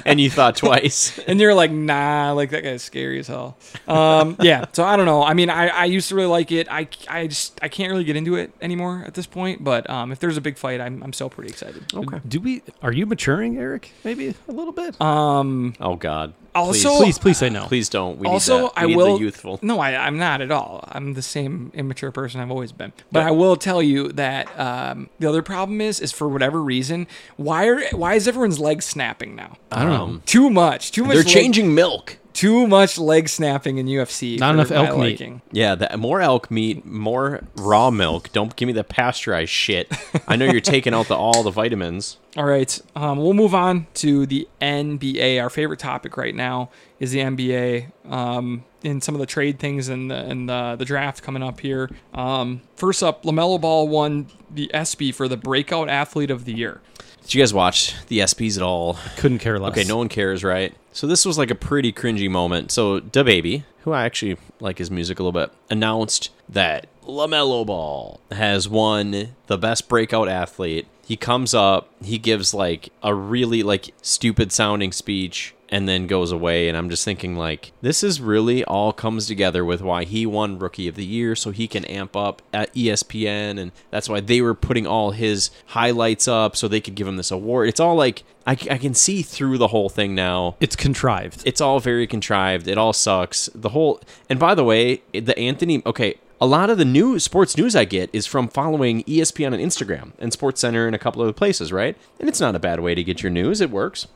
[SPEAKER 2] and you thought twice.
[SPEAKER 1] and you're like, nah, like that guy's scary as hell. Um, yeah. So I don't know. I mean, I, I used to really like it. I, I just I can't really get into it anymore at this point. But um, if there's a big fight, I'm I'm still pretty excited.
[SPEAKER 2] okay.
[SPEAKER 3] Do we? Are you maturing, Eric? Maybe a little bit.
[SPEAKER 1] Um.
[SPEAKER 2] Oh God.
[SPEAKER 1] Also-
[SPEAKER 3] Uh, please, please say no.
[SPEAKER 2] please don't. We
[SPEAKER 1] also,
[SPEAKER 2] need that. We
[SPEAKER 1] I
[SPEAKER 2] need
[SPEAKER 1] will.
[SPEAKER 2] the youthful.
[SPEAKER 1] No, I, I'm not at all. I'm the same immature person I've always been. But I will tell you that um, the other problem is, is for whatever reason, why are why is everyone's leg snapping now?
[SPEAKER 3] I don't know.
[SPEAKER 2] Um,
[SPEAKER 1] Too much. Too much.
[SPEAKER 2] They're
[SPEAKER 1] leg-
[SPEAKER 2] changing milk.
[SPEAKER 1] Too much leg snapping in UFC.
[SPEAKER 3] Not
[SPEAKER 1] for
[SPEAKER 3] enough
[SPEAKER 1] my
[SPEAKER 3] elk meat.
[SPEAKER 1] liking.
[SPEAKER 2] Yeah, that more elk meat, more raw milk. Don't give me the pasteurized shit. I know you're taking out the all the vitamins.
[SPEAKER 1] All right, um, we'll move on to the NBA. Our favorite topic right now is the NBA um, and some of the trade things and the and the, the draft coming up here. Um, first up, Lamelo Ball won the SB for the Breakout Athlete of the Year.
[SPEAKER 2] Did you guys watch the SPs at all?
[SPEAKER 3] Couldn't care less.
[SPEAKER 2] Okay, no one cares, right? So this was like a pretty cringy moment. So Da Baby, who I actually like his music a little bit, announced that Lamelo Ball has won the best breakout athlete. He comes up, he gives like a really like stupid sounding speech and then goes away and I'm just thinking like this is really all comes together with why he won rookie of the year so he can amp up at E ESPN and that's why they were putting all his highlights up so they could give him this award. It's all like I, c- I can see through the whole thing now.
[SPEAKER 3] It's contrived.
[SPEAKER 2] It's all very contrived. It all sucks. The whole and by the way, the Anthony. Okay, a lot of the new sports news I get is from following E ESPN and Instagram and Sports Center and a couple other places, right? And it's not a bad way to get your news. It works.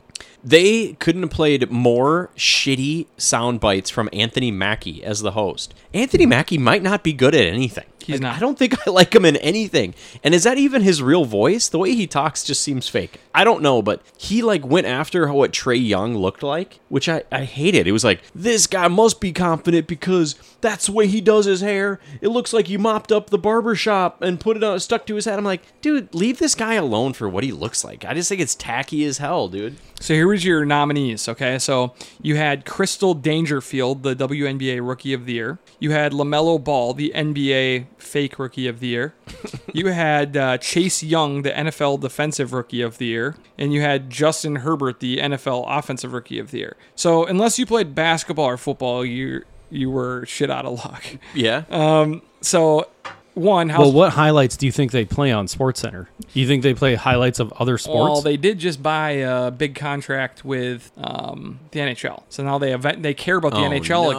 [SPEAKER 2] They couldn't have played more shitty sound bites from Anthony Mackie as the host. Anthony Mackie might not be good at anything.
[SPEAKER 1] He's
[SPEAKER 2] Like,
[SPEAKER 1] not.
[SPEAKER 2] I don't think I like him in anything. And is that even his real voice? The way he talks just seems fake. I don't know, but he like went after what Trey Young looked like, which I, I hated. It was like, this guy must be confident because that's the way he does his hair. It looks like you mopped up the barber shop and put it on stuck to his head. I'm like, dude, leave this guy alone for what he looks like. I just think it's tacky as hell, dude.
[SPEAKER 1] So here was your nominees. Okay, so you had Crystal Dangerfield, the WNBA Rookie of the Year. You had Lamelo Ball, the NBA Fake Rookie of the Year. you had uh, Chase Young, the NFL Defensive Rookie of the Year, and you had Justin Herbert, the NFL Offensive Rookie of the Year. So unless you played basketball or football, you you were shit out of luck.
[SPEAKER 2] Yeah.
[SPEAKER 1] Uh, So one, how
[SPEAKER 3] Well, what highlights do you think they play on Sports Center? Do you think they play highlights of other sports?
[SPEAKER 1] Well, they did just buy a big contract with um, the NHL, so now they event- they care
[SPEAKER 3] Oh,
[SPEAKER 1] about the NHL again.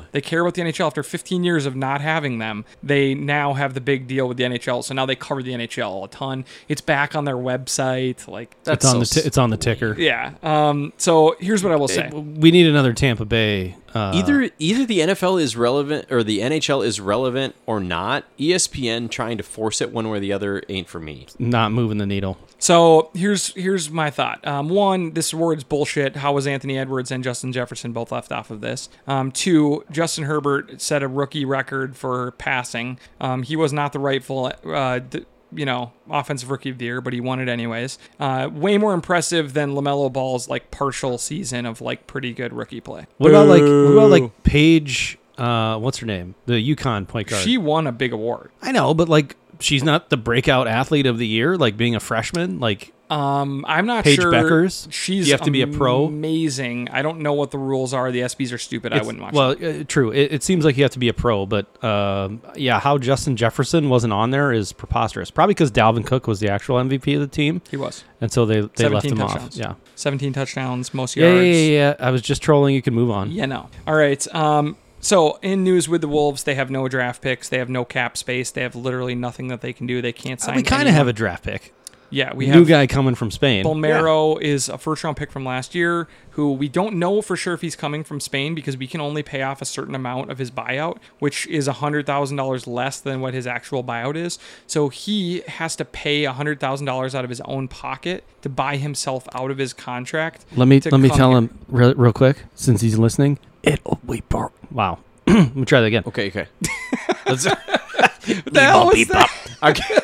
[SPEAKER 2] again.
[SPEAKER 1] They care about the NHL after 15 years of not having them. They now have the big deal with the NHL, so now they cover the NHL a ton. It's back on their website, like uh,
[SPEAKER 3] it's on the t- it's on the ticker.
[SPEAKER 1] yeah. Um, so here's what I will say.
[SPEAKER 3] We need another Tampa Bay. Uh,
[SPEAKER 2] either either the NFL is relevant or the NHL is relevant or not. E ESPN trying to force it one way or the other ain't for me.
[SPEAKER 3] not moving the needle.
[SPEAKER 1] So here's here's my thought. Um, one, this award's bullshit. How was Anthony Edwards and Justin Jefferson both left off of this? Um, two, Justin Herbert set a rookie record for passing. Um, he was not the rightful. Uh, d- you know, offensive rookie of the year, but he won it anyways. Uh, way more impressive than Lamelo Ball's like partial season of like pretty good rookie play.
[SPEAKER 3] What about like what about like Paige? Uh, what's her name? The Yukon point guard.
[SPEAKER 1] She won a big award.
[SPEAKER 3] I know, but like she's not the breakout athlete of the year, like being a freshman. Like
[SPEAKER 1] Um, I'm not
[SPEAKER 3] Paige
[SPEAKER 1] sure.
[SPEAKER 3] Beckers?
[SPEAKER 1] She's
[SPEAKER 3] You have to be a pro?
[SPEAKER 1] Amazing. I don't know what the rules are. The SBs are stupid. I
[SPEAKER 3] it's-
[SPEAKER 1] wouldn't watch.
[SPEAKER 3] Well, uh, true. It, it seems like you have to be a pro, but um, yeah, how Justin Jefferson wasn't on there is preposterous. Probably because Dalvin Cook was the actual MVP of the team,
[SPEAKER 1] it. he was.
[SPEAKER 3] and so they they left
[SPEAKER 1] 17
[SPEAKER 3] him off.
[SPEAKER 1] touchdowns.
[SPEAKER 3] Yeah.
[SPEAKER 1] 17 touchdowns, most
[SPEAKER 3] Yeah,
[SPEAKER 1] yards.
[SPEAKER 3] yeah, yeah, yeah. I was just trolling. You can move on.
[SPEAKER 1] Yeah, no. All right. Um, so in news with the Wolves, they have no draft picks. They have no cap space. They have literally nothing that they can do. They can't sign.
[SPEAKER 3] Uh, we kind of have a draft pick.
[SPEAKER 1] Yeah, we
[SPEAKER 3] New
[SPEAKER 1] have.
[SPEAKER 3] guy coming from Spain.
[SPEAKER 1] Balmero is a first round pick from last year, who we don't know for sure if he's coming from Spain because we can only pay off a certain amount of his buyout, which is $100,000 less than what his actual buyout is. So he has to pay $100,000 out of his own pocket to buy himself out of his contract.
[SPEAKER 3] Let me
[SPEAKER 1] to
[SPEAKER 3] let me
[SPEAKER 1] come
[SPEAKER 3] tell
[SPEAKER 1] here.
[SPEAKER 3] him real, real quick since he's listening. It'll be bar. Wow. let me try that again.
[SPEAKER 2] Okay, okay. Let's-
[SPEAKER 1] What the hell was that?
[SPEAKER 2] okay.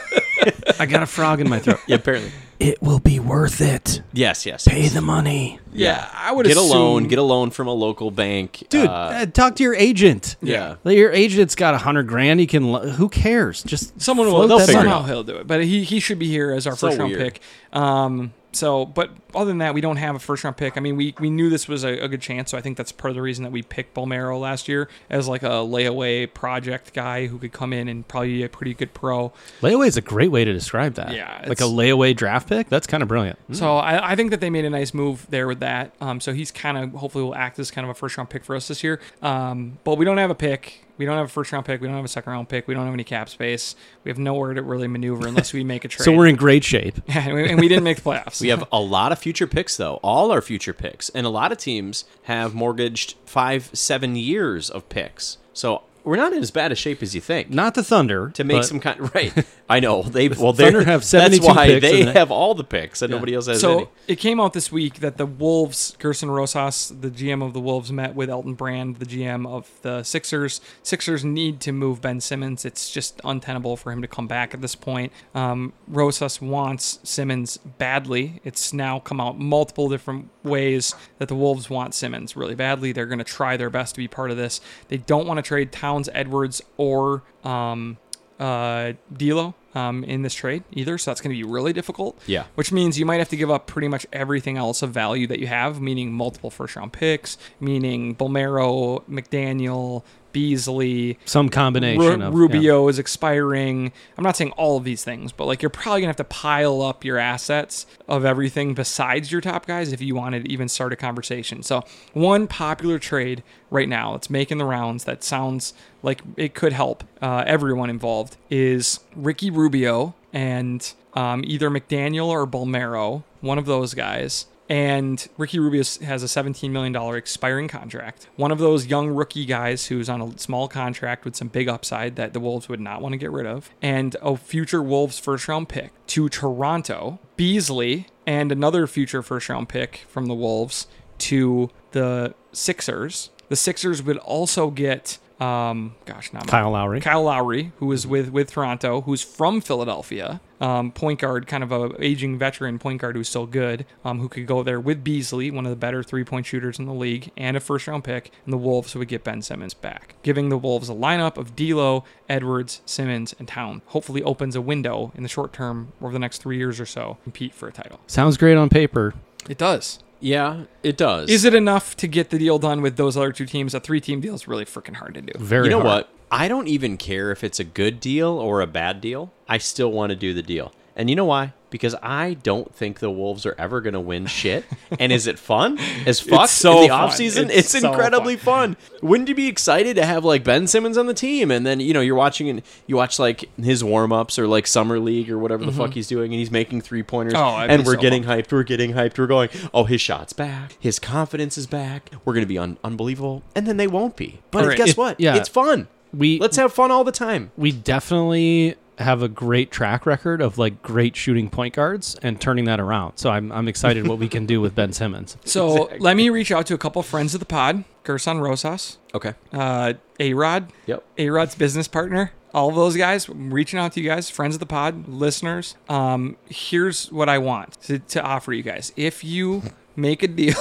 [SPEAKER 3] I got a frog in my throat.
[SPEAKER 2] Yeah, apparently.
[SPEAKER 3] It will be worth it.
[SPEAKER 2] Yes, yes.
[SPEAKER 3] Pay the money.
[SPEAKER 1] Yeah, I would
[SPEAKER 2] Get a
[SPEAKER 1] assume-
[SPEAKER 2] loan. Get a loan from a local bank.
[SPEAKER 3] Dude,
[SPEAKER 2] Uh,
[SPEAKER 3] uh, talk to your agent.
[SPEAKER 2] yeah.
[SPEAKER 3] Like, Your agent's got a hundred grand. He can. lo- Who cares? Just
[SPEAKER 1] Someone
[SPEAKER 3] float
[SPEAKER 1] will they'll
[SPEAKER 3] that
[SPEAKER 2] figure it
[SPEAKER 3] money.
[SPEAKER 1] somehow he'll do it, but he he should be here as our
[SPEAKER 2] So
[SPEAKER 1] first round
[SPEAKER 2] weird.
[SPEAKER 1] pick. Um, so but other than that, we don't have a first round pick. I mean, we we knew this was a, a good chance, so I think that's part of the reason that we picked Balmero last year as like a layaway project guy who could come in and probably be a pretty good pro.
[SPEAKER 3] Layaway is a great way to describe that.
[SPEAKER 1] Yeah,
[SPEAKER 3] like a
[SPEAKER 1] it's-
[SPEAKER 3] layaway draft pick. That's kind of brilliant.
[SPEAKER 1] So I, I think that they made a nice move there with that. Um, so he's kind of hopefully will act as kind of a first round pick for us this year. Um, but we don't have a pick. We don't have a first round pick. We don't have a second round pick. We don't have any cap space. We have nowhere to really maneuver unless we make a trade.
[SPEAKER 3] So we're in great shape.
[SPEAKER 1] yeah, and we, and we didn't make the playoffs.
[SPEAKER 2] We have a lot of future picks, though. All our future picks, and a lot of teams have mortgaged five, seven years of picks. So we're not in as bad a shape as you think.
[SPEAKER 3] Not the Thunder
[SPEAKER 2] to make
[SPEAKER 3] but-
[SPEAKER 2] some kind. Right? I know they. Well, they
[SPEAKER 3] Thunder have 72
[SPEAKER 2] That's why
[SPEAKER 3] picks,
[SPEAKER 2] they
[SPEAKER 3] and they-
[SPEAKER 2] have all the picks, and nobody else has
[SPEAKER 1] so
[SPEAKER 2] any.
[SPEAKER 1] it came out this week that the Wolves, Gerson Rosas, the GM of the Wolves, met with Elton Brand, the GM of the Sixers. Sixers need to move Ben Simmons. It's just untenable for him to come back at this point. Um, Rosas wants Simmons badly. It's now come out multiple different ways that the Wolves want Simmons really badly. They're going to try their best to be part of this. They don't want to trade Towns, Edwards, or um, uh, D'Lo. Um, in this trade, either, so that's going to be really difficult
[SPEAKER 2] Yeah.
[SPEAKER 1] which means you might have to give up pretty much everything else of value that you have, meaning multiple first round picks, meaning Balmero, McDaniel, Beasley,
[SPEAKER 3] some combination
[SPEAKER 1] Ru-
[SPEAKER 3] of yeah.
[SPEAKER 1] Rubio is expiring. I'm not saying all of these things, but like you're probably gonna have to pile up your assets of everything besides your top guys if you want to even start a conversation. So one popular trade right now that's making the rounds that sounds like it could help uh, everyone involved is Ricky Rubio and um, either McDaniel or Balmero, one of those guys. And Ricky Rubio s- has a $17 million expiring contract. One of those young rookie guys who's on a small contract with some big upside that the Wolves would not want to get rid of. And a future Wolves first round pick to Toronto, Beasley, and another future first round pick from the Wolves to the Sixers. The Sixers would also get, um, gosh, not
[SPEAKER 3] Kyle Lowry.
[SPEAKER 1] Kyle Lowry, who is with with Toronto, who's from Philadelphia, um, point guard, kind of a aging veteran point guard who's still good, um, who could go there with Beasley, one of the better three point shooters in the league, and a first round pick, and the Wolves would get Ben Simmons back, giving the Wolves a lineup of D'Lo, Edwards, Simmons, and Town. Hopefully, opens a window in the short term over the next three years or so, compete for a title.
[SPEAKER 3] Sounds great on paper.
[SPEAKER 1] It does.
[SPEAKER 2] Yeah, it does.
[SPEAKER 1] Is it enough to get the deal done with those other two teams? A three team deal is really freaking hard to do.
[SPEAKER 3] Very.
[SPEAKER 2] You know
[SPEAKER 3] hard.
[SPEAKER 2] what? I don't even care if it's a good deal or a bad deal. I still want to do the deal. And you know why? Because I don't think the Wolves are ever going to win shit. and is it fun? As fuck
[SPEAKER 1] so
[SPEAKER 2] in the
[SPEAKER 1] fun.
[SPEAKER 2] offseason? It's,
[SPEAKER 1] It's so
[SPEAKER 2] incredibly fun. Wouldn't you be excited to have like Ben Simmons on the team and then, you know, you're watching and you watch like his warm-ups or like summer league or whatever the fuck he's doing and he's making three-pointers
[SPEAKER 1] Mm-hmm. Oh, I'd
[SPEAKER 2] and
[SPEAKER 1] be
[SPEAKER 2] we're
[SPEAKER 1] so
[SPEAKER 2] getting hyped, we're getting hyped, we're going, "Oh, his shot's back. His confidence is back. We're going to be un- unbelievable." And then they won't be. But
[SPEAKER 1] Right.
[SPEAKER 2] guess
[SPEAKER 3] If-
[SPEAKER 2] what?
[SPEAKER 3] yeah.
[SPEAKER 2] It's fun.
[SPEAKER 3] We
[SPEAKER 2] Let's have fun all the time.
[SPEAKER 3] we definitely have a great track record of like great shooting point guards and turning that around. So I'm I'm excited what we can do with Ben Simmons.
[SPEAKER 1] So let me reach out to a couple friends of the pod, Gerson Rosas,
[SPEAKER 2] Okay.
[SPEAKER 1] uh, A Rod,
[SPEAKER 2] Yep.
[SPEAKER 1] A Rod's business partner, all of those guys. I'm reaching out to you guys, friends of the pod, listeners. Um, here's what I want to, to offer you guys. If you make a deal,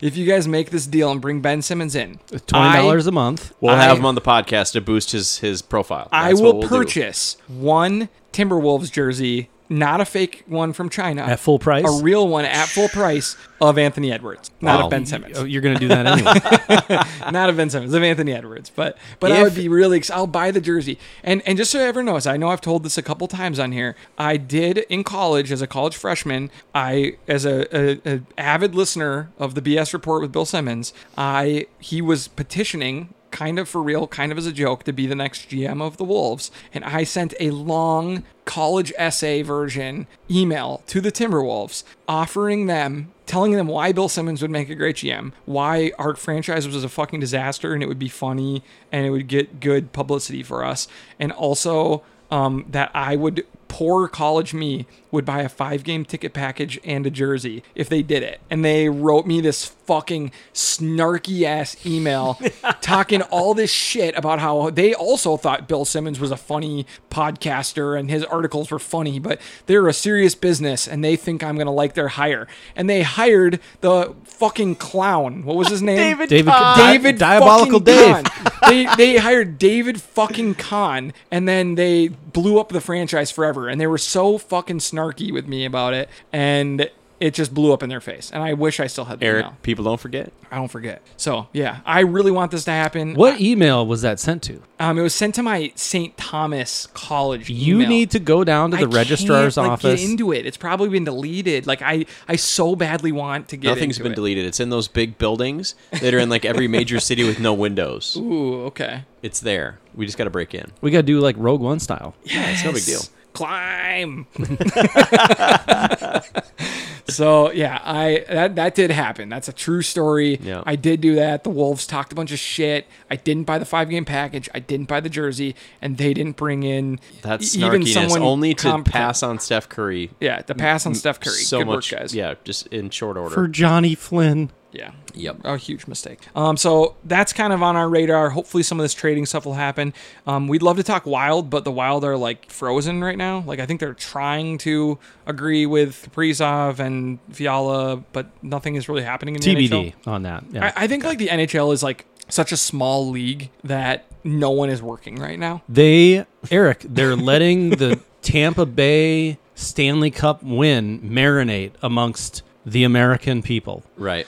[SPEAKER 1] if you guys make this deal and bring Ben Simmons in,
[SPEAKER 2] Uh,
[SPEAKER 3] Twenty dollars a month.
[SPEAKER 2] We'll have
[SPEAKER 1] I-
[SPEAKER 2] him on the podcast to boost his his profile.
[SPEAKER 1] I, I
[SPEAKER 2] That's what
[SPEAKER 1] will
[SPEAKER 2] we'll do.
[SPEAKER 1] purchase one Timberwolves jersey, not a fake one from China,
[SPEAKER 3] At full price?
[SPEAKER 1] a real one at full price of Anthony Edwards, not
[SPEAKER 2] Wow.
[SPEAKER 1] of Ben Simmons,
[SPEAKER 3] Oh, You're going to do that anyway.
[SPEAKER 1] not of Ben Simmons, of Anthony Edwards. But but I
[SPEAKER 2] If-
[SPEAKER 1] would be really, ex- I'll buy the jersey. And and just so everyone knows, I know I've told this a couple times on here. I did in college as a college freshman. I as a, a, a avid listener of the BS report with Bill Simmons. I he was petitioning kind of for real, kind of as a joke, to be the next GM of the Wolves. And I sent a long college essay version email to the Timberwolves offering them. Telling them why Bill Simmons would make a great GM, why our franchise was a fucking disaster and it would be funny and it would get good publicity for us, and also um, that I would, poor college me, would buy a five game ticket package and a jersey if they did it. And they wrote me this fucking snarky ass email talking all this shit about how they also thought Bill Simmons was a funny podcaster and his articles were funny, but they're a serious business and they think I'm going to like their hire. And they hired the fucking clown. What was his name?
[SPEAKER 2] David
[SPEAKER 3] David,
[SPEAKER 2] Kahn.
[SPEAKER 1] David
[SPEAKER 3] Diabolical Dave.
[SPEAKER 1] Uh, fucking Kahn. they they hired David fucking Kahn, and then they blew up the franchise forever. And they were so fucking snarky with me about it, and it just blew up in their face. And I wish I still had the
[SPEAKER 2] Eric,
[SPEAKER 1] email.
[SPEAKER 2] people don't forget.
[SPEAKER 1] I don't forget. So yeah, I really want this to happen.
[SPEAKER 3] What email was that sent to?
[SPEAKER 1] Um, it was sent to my St. Thomas College.
[SPEAKER 3] You
[SPEAKER 1] email.
[SPEAKER 3] need to go down to the
[SPEAKER 1] I
[SPEAKER 3] registrar's
[SPEAKER 1] can't, like,
[SPEAKER 3] office.
[SPEAKER 1] Get into it. It's probably been deleted. Like I, I so badly want to get.
[SPEAKER 2] Nothing's
[SPEAKER 1] into
[SPEAKER 2] been
[SPEAKER 1] it.
[SPEAKER 2] deleted. It's in those big buildings that are in like every major city with no windows.
[SPEAKER 1] Ooh, okay.
[SPEAKER 2] It's there. We just got to break in.
[SPEAKER 3] we got to do like Rogue One style.
[SPEAKER 2] Yeah, it's no big deal.
[SPEAKER 1] Yes. Climb. so yeah, I that that did happen. That's a true story.
[SPEAKER 2] Yeah.
[SPEAKER 1] I did do that. The Wolves talked a bunch of shit. I didn't buy the five game package. I didn't buy the jersey, and they didn't bring in
[SPEAKER 2] That
[SPEAKER 1] e- even
[SPEAKER 2] snarkiness
[SPEAKER 1] someone
[SPEAKER 2] only to
[SPEAKER 1] competent.
[SPEAKER 2] pass on Steph Curry.
[SPEAKER 1] Yeah, the pass on Steph Curry.
[SPEAKER 2] So
[SPEAKER 1] Good
[SPEAKER 2] much,
[SPEAKER 1] work, guys.
[SPEAKER 2] yeah, just in short order.
[SPEAKER 3] For Johnny Flynn.
[SPEAKER 1] Yeah.
[SPEAKER 2] Yep.
[SPEAKER 1] A Oh, huge mistake. Um, so that's kind of on our radar. Hopefully, some of this trading stuff will happen. Um, we'd love to talk Wild, but the Wild are like frozen right now. Like I think they're trying to agree with Kaprizov and Fiala, but nothing is really happening in the NHL.
[SPEAKER 3] TBD on that. Yeah.
[SPEAKER 1] I, I think like the NHL is like such a small league that no one is working right now.
[SPEAKER 3] They, Eric, they're letting the Tampa Bay Stanley Cup win marinate amongst the American people
[SPEAKER 2] right.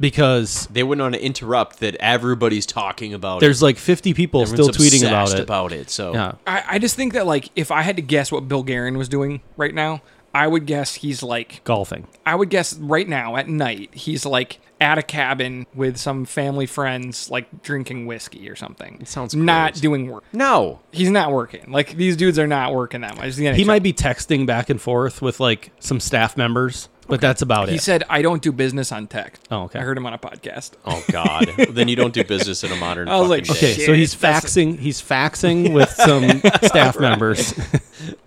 [SPEAKER 3] because
[SPEAKER 2] They wouldn't want to interrupt that everybody's talking about it.
[SPEAKER 3] there's like 50 people
[SPEAKER 2] Everyone's
[SPEAKER 3] still tweeting about
[SPEAKER 2] obsessed
[SPEAKER 3] it.
[SPEAKER 2] About it. So
[SPEAKER 3] yeah.
[SPEAKER 1] I, I just think that like if I had to guess what Bill Guerin was doing right now, I would guess he's like
[SPEAKER 3] Golfing.
[SPEAKER 1] I would guess right now at night he's like at a cabin with some family friends, like drinking whiskey or something. It
[SPEAKER 2] sounds
[SPEAKER 1] not
[SPEAKER 2] gross.
[SPEAKER 1] doing work.
[SPEAKER 2] no,
[SPEAKER 1] He's not working. Like these dudes are not working that much. The
[SPEAKER 3] He
[SPEAKER 1] NHL.
[SPEAKER 3] might be texting back and forth with like some staff members, but that's about
[SPEAKER 1] He
[SPEAKER 3] it.
[SPEAKER 1] said, "I don't do business on text."
[SPEAKER 3] Oh, okay.
[SPEAKER 1] I heard him on a podcast.
[SPEAKER 2] Oh God! then you don't do business in a modern.
[SPEAKER 1] I was
[SPEAKER 2] fucking
[SPEAKER 1] like,
[SPEAKER 2] day.
[SPEAKER 3] okay, so
[SPEAKER 1] Shit,
[SPEAKER 3] he's
[SPEAKER 1] that's-
[SPEAKER 3] faxing. He's faxing with some staff members.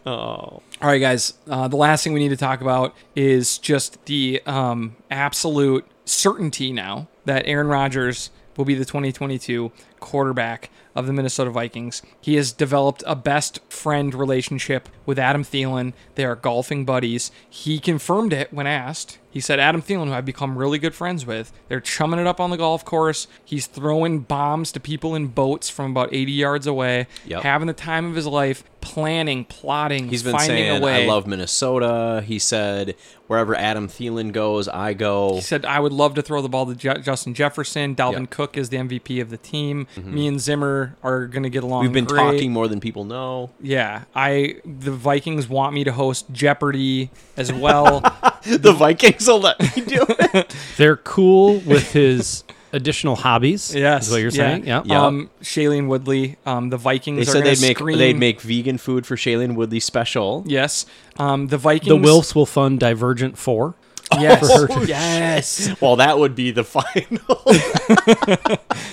[SPEAKER 1] All right, guys. Uh, the last thing we need to talk about is just the um, absolute certainty now that Aaron Rodgers will be the 2022 quarterback of the Minnesota Vikings. He has developed a best friend relationship with Adam Thielen. They are golfing buddies. He confirmed it when asked. He said, Adam Thielen, who I've become really good friends with, they're chumming it up on the golf course. He's throwing bombs to people in boats from about 80 yards away,
[SPEAKER 2] Yep.
[SPEAKER 1] having the time of his life, planning, plotting,
[SPEAKER 2] He's been
[SPEAKER 1] finding
[SPEAKER 2] saying,
[SPEAKER 1] a way.
[SPEAKER 2] "I love Minnesota." He said, "Wherever Adam Thielen goes, I go."
[SPEAKER 1] He said, "I would love to throw the ball to Ju- Justin Jefferson. Dalvin
[SPEAKER 2] Yeah. Mm-hmm.
[SPEAKER 1] Cook is the MVP of the team. Me and Zimmer are going to get along.
[SPEAKER 2] We've been
[SPEAKER 1] great.
[SPEAKER 2] talking more than people know.
[SPEAKER 1] Yeah, I the Vikings want me to host Jeopardy as well.
[SPEAKER 2] The Vikings will let me do it.
[SPEAKER 3] They're cool with his additional hobbies.
[SPEAKER 1] yes,
[SPEAKER 3] is what you're saying. Yeah.
[SPEAKER 2] Yeah.
[SPEAKER 1] Um, Shailene Woodley. Um, the Vikings.
[SPEAKER 2] They
[SPEAKER 1] are
[SPEAKER 2] said
[SPEAKER 1] gonna
[SPEAKER 2] they'd make
[SPEAKER 1] screen-
[SPEAKER 2] they'd make vegan food for Shailene Woodley special.
[SPEAKER 1] Yes. Um, the Vikings.
[SPEAKER 3] The Wilfs will fund Divergent Four.
[SPEAKER 1] Yes.
[SPEAKER 3] for
[SPEAKER 2] Oh,
[SPEAKER 3] her.
[SPEAKER 1] yes.
[SPEAKER 2] Well, that would be the final.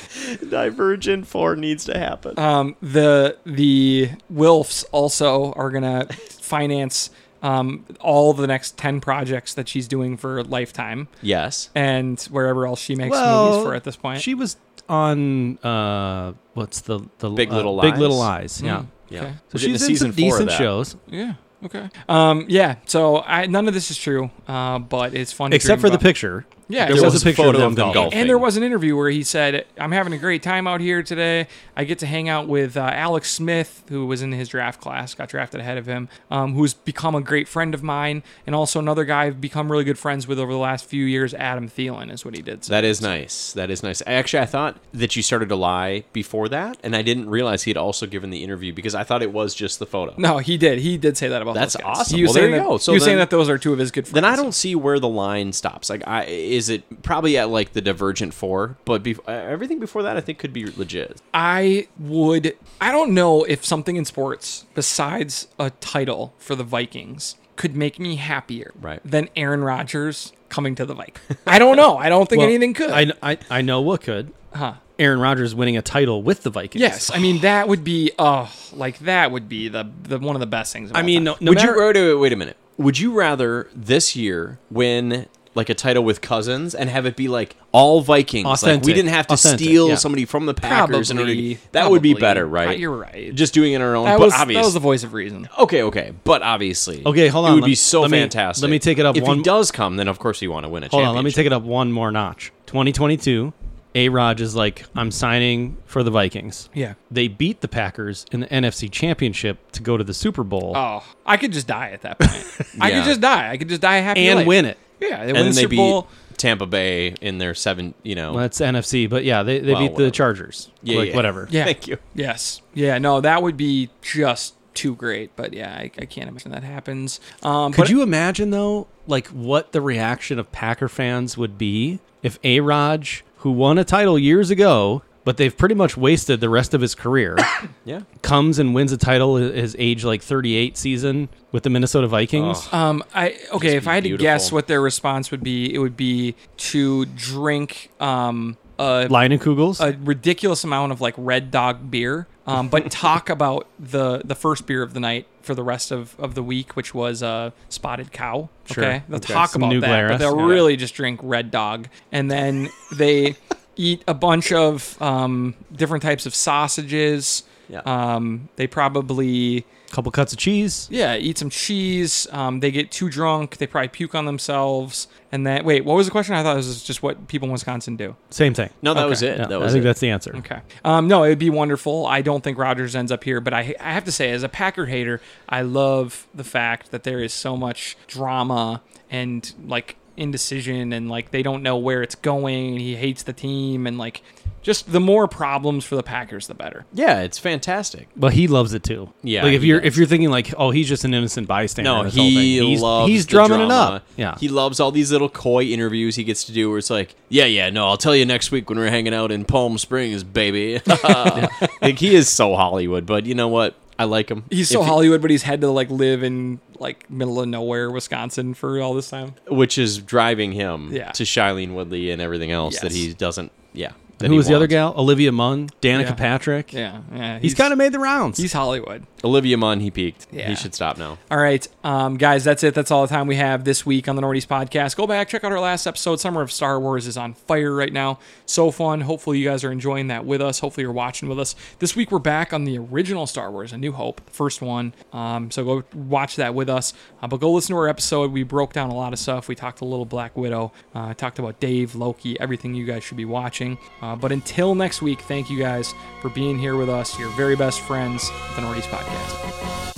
[SPEAKER 2] Divergent four needs to happen.
[SPEAKER 1] Um, the the Wilfs also are gonna finance um, all the next ten projects that she's doing for Lifetime.
[SPEAKER 2] yes.
[SPEAKER 1] and wherever else she makes movies for at this point.
[SPEAKER 3] She was on uh, what's the the
[SPEAKER 2] Big
[SPEAKER 3] uh,
[SPEAKER 2] Little
[SPEAKER 3] Big
[SPEAKER 2] Lies.
[SPEAKER 3] Little Lies. Yeah.
[SPEAKER 1] Mm.
[SPEAKER 2] Yeah.
[SPEAKER 1] Hmm, Okay.
[SPEAKER 3] So
[SPEAKER 2] We're getting
[SPEAKER 3] she's
[SPEAKER 2] to
[SPEAKER 3] in some
[SPEAKER 2] four of
[SPEAKER 3] decent
[SPEAKER 2] that.
[SPEAKER 3] shows,
[SPEAKER 1] Yeah. Okay. Um. Yeah. So I, none of this is true. Uh. But it's funny.
[SPEAKER 3] except for the picture
[SPEAKER 1] Yeah, it
[SPEAKER 2] there was,
[SPEAKER 1] was
[SPEAKER 2] a picture photo of them, golfing.
[SPEAKER 3] golfing.
[SPEAKER 1] And there was an interview where he said, "I'm having a great time out here today. I get to hang out with uh, Alex Smith, who was in his draft class, got drafted ahead of him, um, who's become a great friend of mine, and also another guy I've become really good friends with over the last few years. Adam Thielen is what he did. So
[SPEAKER 2] That is nice. That is nice. Actually, I thought that you started to lie before that, and I didn't realize he had also given the interview because I thought it was just the photo.
[SPEAKER 1] no, he did. He did say that about.
[SPEAKER 2] That's
[SPEAKER 1] those guys.
[SPEAKER 2] awesome.
[SPEAKER 1] He was
[SPEAKER 2] Well, there
[SPEAKER 1] saying
[SPEAKER 2] you
[SPEAKER 1] that,
[SPEAKER 2] go. So
[SPEAKER 1] he was saying
[SPEAKER 2] then-
[SPEAKER 1] that those are two of his good friends.
[SPEAKER 2] Then I don't see where the line stops. Like, I is it probably at like the Divergent Four, but bef- uh, everything before that I think could be legit.
[SPEAKER 1] I would. I don't know if something in sports besides a title for the Vikings could make me happier
[SPEAKER 2] Right.
[SPEAKER 1] than Aaron Rodgers coming to the Vikings. I don't know. I don't think
[SPEAKER 3] Well,
[SPEAKER 1] anything could.
[SPEAKER 3] I, I, I know what could.
[SPEAKER 1] huh.
[SPEAKER 3] Aaron Rodgers winning a title with the Vikings.
[SPEAKER 1] Yes, I mean that would be oh, like that would be the the one of the best things. Of
[SPEAKER 3] I
[SPEAKER 1] all time.
[SPEAKER 3] mean, no, no
[SPEAKER 2] would
[SPEAKER 3] matter
[SPEAKER 2] you wait, wait, wait a minute? Would you rather this year win like a title with Cousins and have it be like all Vikings? Like we
[SPEAKER 3] Authentic.
[SPEAKER 2] didn't have to
[SPEAKER 3] Authentic,
[SPEAKER 2] steal
[SPEAKER 3] yeah.
[SPEAKER 2] somebody from the Packers in order.
[SPEAKER 1] Probably.
[SPEAKER 2] To, that would be
[SPEAKER 1] Probably.
[SPEAKER 2] better, right?
[SPEAKER 1] You're right.
[SPEAKER 2] Just doing it on our own,
[SPEAKER 1] that
[SPEAKER 2] but
[SPEAKER 1] was that
[SPEAKER 2] obviously.
[SPEAKER 1] was the voice of reason.
[SPEAKER 2] Okay, okay, but obviously,
[SPEAKER 3] Okay, hold on,
[SPEAKER 2] It would
[SPEAKER 3] let-
[SPEAKER 2] be so
[SPEAKER 3] let me-
[SPEAKER 2] fantastic.
[SPEAKER 3] let me take it up
[SPEAKER 2] If
[SPEAKER 3] one-
[SPEAKER 2] he does come, then of course you want to win a
[SPEAKER 3] Hold
[SPEAKER 2] championship.
[SPEAKER 3] on, let me take it up one more notch. 2022, A Rod is like, I'm signing for the Vikings.
[SPEAKER 1] Yeah.
[SPEAKER 3] They beat the Packers in the NFC Championship to go to the Super Bowl
[SPEAKER 1] Oh, I could just die at that point. I
[SPEAKER 2] Yeah.
[SPEAKER 1] could just die. I could just die a happy
[SPEAKER 3] and
[SPEAKER 1] life.
[SPEAKER 3] win it.
[SPEAKER 1] Yeah, they
[SPEAKER 2] and
[SPEAKER 1] win
[SPEAKER 2] then
[SPEAKER 1] the
[SPEAKER 2] they
[SPEAKER 1] Super
[SPEAKER 2] beat
[SPEAKER 1] Bowl.
[SPEAKER 2] Tampa Bay in their seven. You know,
[SPEAKER 3] Well, that's NFC, but yeah, they, they
[SPEAKER 2] Well,
[SPEAKER 3] beat
[SPEAKER 2] whatever.
[SPEAKER 3] the Chargers.
[SPEAKER 2] Yeah,
[SPEAKER 3] like,
[SPEAKER 2] yeah.
[SPEAKER 3] whatever.
[SPEAKER 1] Yeah.
[SPEAKER 2] Thank you.
[SPEAKER 1] Yes. Yeah. No, that would be just too great. But yeah, I, I can't imagine that happens. Um,
[SPEAKER 3] Could
[SPEAKER 1] but
[SPEAKER 3] you imagine though, like what the reaction of Packer fans would be if A Raj, who won a title years ago, but they've pretty much wasted the rest of his career,
[SPEAKER 2] yeah,
[SPEAKER 3] comes and wins a title i- his age like 38 season with the Minnesota Vikings?
[SPEAKER 2] Oh.
[SPEAKER 1] Um, I okay. If
[SPEAKER 2] be
[SPEAKER 1] I had to guess
[SPEAKER 2] beautiful.
[SPEAKER 1] what their response would be, it would be to drink um a
[SPEAKER 3] Line and Kugels.
[SPEAKER 1] a ridiculous amount of like Red Dog beer, um, but talk about the the first beer of the night for the rest of, of the week, which was uh, Spotted Cow.
[SPEAKER 3] Sure.
[SPEAKER 1] Okay, they'll
[SPEAKER 3] Okay.
[SPEAKER 1] talk
[SPEAKER 3] Some
[SPEAKER 1] about
[SPEAKER 3] New
[SPEAKER 1] that, but
[SPEAKER 3] Glarus.
[SPEAKER 1] they'll
[SPEAKER 3] Yeah.
[SPEAKER 1] really just drink Red Dog, and then they eat a bunch of um, different types of sausages.
[SPEAKER 2] Yeah.
[SPEAKER 1] Um, they probably
[SPEAKER 3] couple cuts of cheese.
[SPEAKER 1] yeah eat some cheese. Um, they get too drunk. They probably puke on themselves. And then wait, what was the question? I thought it was just what people in Wisconsin do.
[SPEAKER 3] Same thing.
[SPEAKER 2] No, that
[SPEAKER 1] Okay.
[SPEAKER 2] was it.
[SPEAKER 3] Yeah,
[SPEAKER 2] that
[SPEAKER 3] I
[SPEAKER 2] was
[SPEAKER 3] think
[SPEAKER 2] it.
[SPEAKER 3] that's the answer.
[SPEAKER 1] Okay. Um, no, it would be wonderful. I don't think Rodgers ends up here, but I, I have to say, as a Packer hater, I love the fact that there is so much drama and like indecision and like they don't know where it's going. And he hates the team and like just the more problems for the Packers, the better.
[SPEAKER 2] yeah, it's fantastic.
[SPEAKER 3] But he loves it too.
[SPEAKER 2] Yeah,
[SPEAKER 3] Like if
[SPEAKER 2] he
[SPEAKER 3] you're
[SPEAKER 2] does.
[SPEAKER 3] if you're thinking like, oh, he's just an innocent bystander.
[SPEAKER 2] No,
[SPEAKER 3] in this whole thing.
[SPEAKER 2] he
[SPEAKER 3] he's,
[SPEAKER 2] loves
[SPEAKER 3] he's
[SPEAKER 2] the
[SPEAKER 3] drumming it
[SPEAKER 2] drama.
[SPEAKER 3] up. Yeah.
[SPEAKER 2] he loves all these little coy interviews he gets to do, where it's like, yeah, yeah, no, I'll tell you next week when we're hanging out in Palm Springs, baby. like he is so Hollywood, but you know what? I like him.
[SPEAKER 1] He's
[SPEAKER 2] If
[SPEAKER 1] so
[SPEAKER 2] he-
[SPEAKER 1] Hollywood, but he's had to like live in like middle of nowhere, Wisconsin for all this time.
[SPEAKER 2] which is driving him
[SPEAKER 1] Yeah.
[SPEAKER 2] to Shailene Woodley and everything else that
[SPEAKER 1] Yes.
[SPEAKER 2] he doesn't. Yeah, that
[SPEAKER 3] And who
[SPEAKER 2] he
[SPEAKER 3] was the other
[SPEAKER 2] wants.
[SPEAKER 3] gal? Olivia Munn, Danica
[SPEAKER 1] Yeah.
[SPEAKER 3] Patrick.
[SPEAKER 1] Yeah. Yeah.
[SPEAKER 3] He's, kind of made the rounds.
[SPEAKER 1] he's Hollywood.
[SPEAKER 2] Olivia Munn. He peaked.
[SPEAKER 1] Yeah.
[SPEAKER 2] He should stop now.
[SPEAKER 1] All right, um, guys, that's it. That's all the time we have this week on the Nordies podcast. Go back, check out our last episode. Summer of Star Wars is on fire right now. So fun. Hopefully, you guys are enjoying that with us. Hopefully, you're watching with us. This week, we're back on the original Star Wars, A New Hope, the first one. Um, so go watch that with us. Uh, but go listen to our episode. We broke down a lot of stuff. We talked a little Black Widow, uh, talked about Dave, Loki, everything you guys should be watching. Uh, but until next week, thank you guys for being here with us, your very best friends, at the Nordies podcast.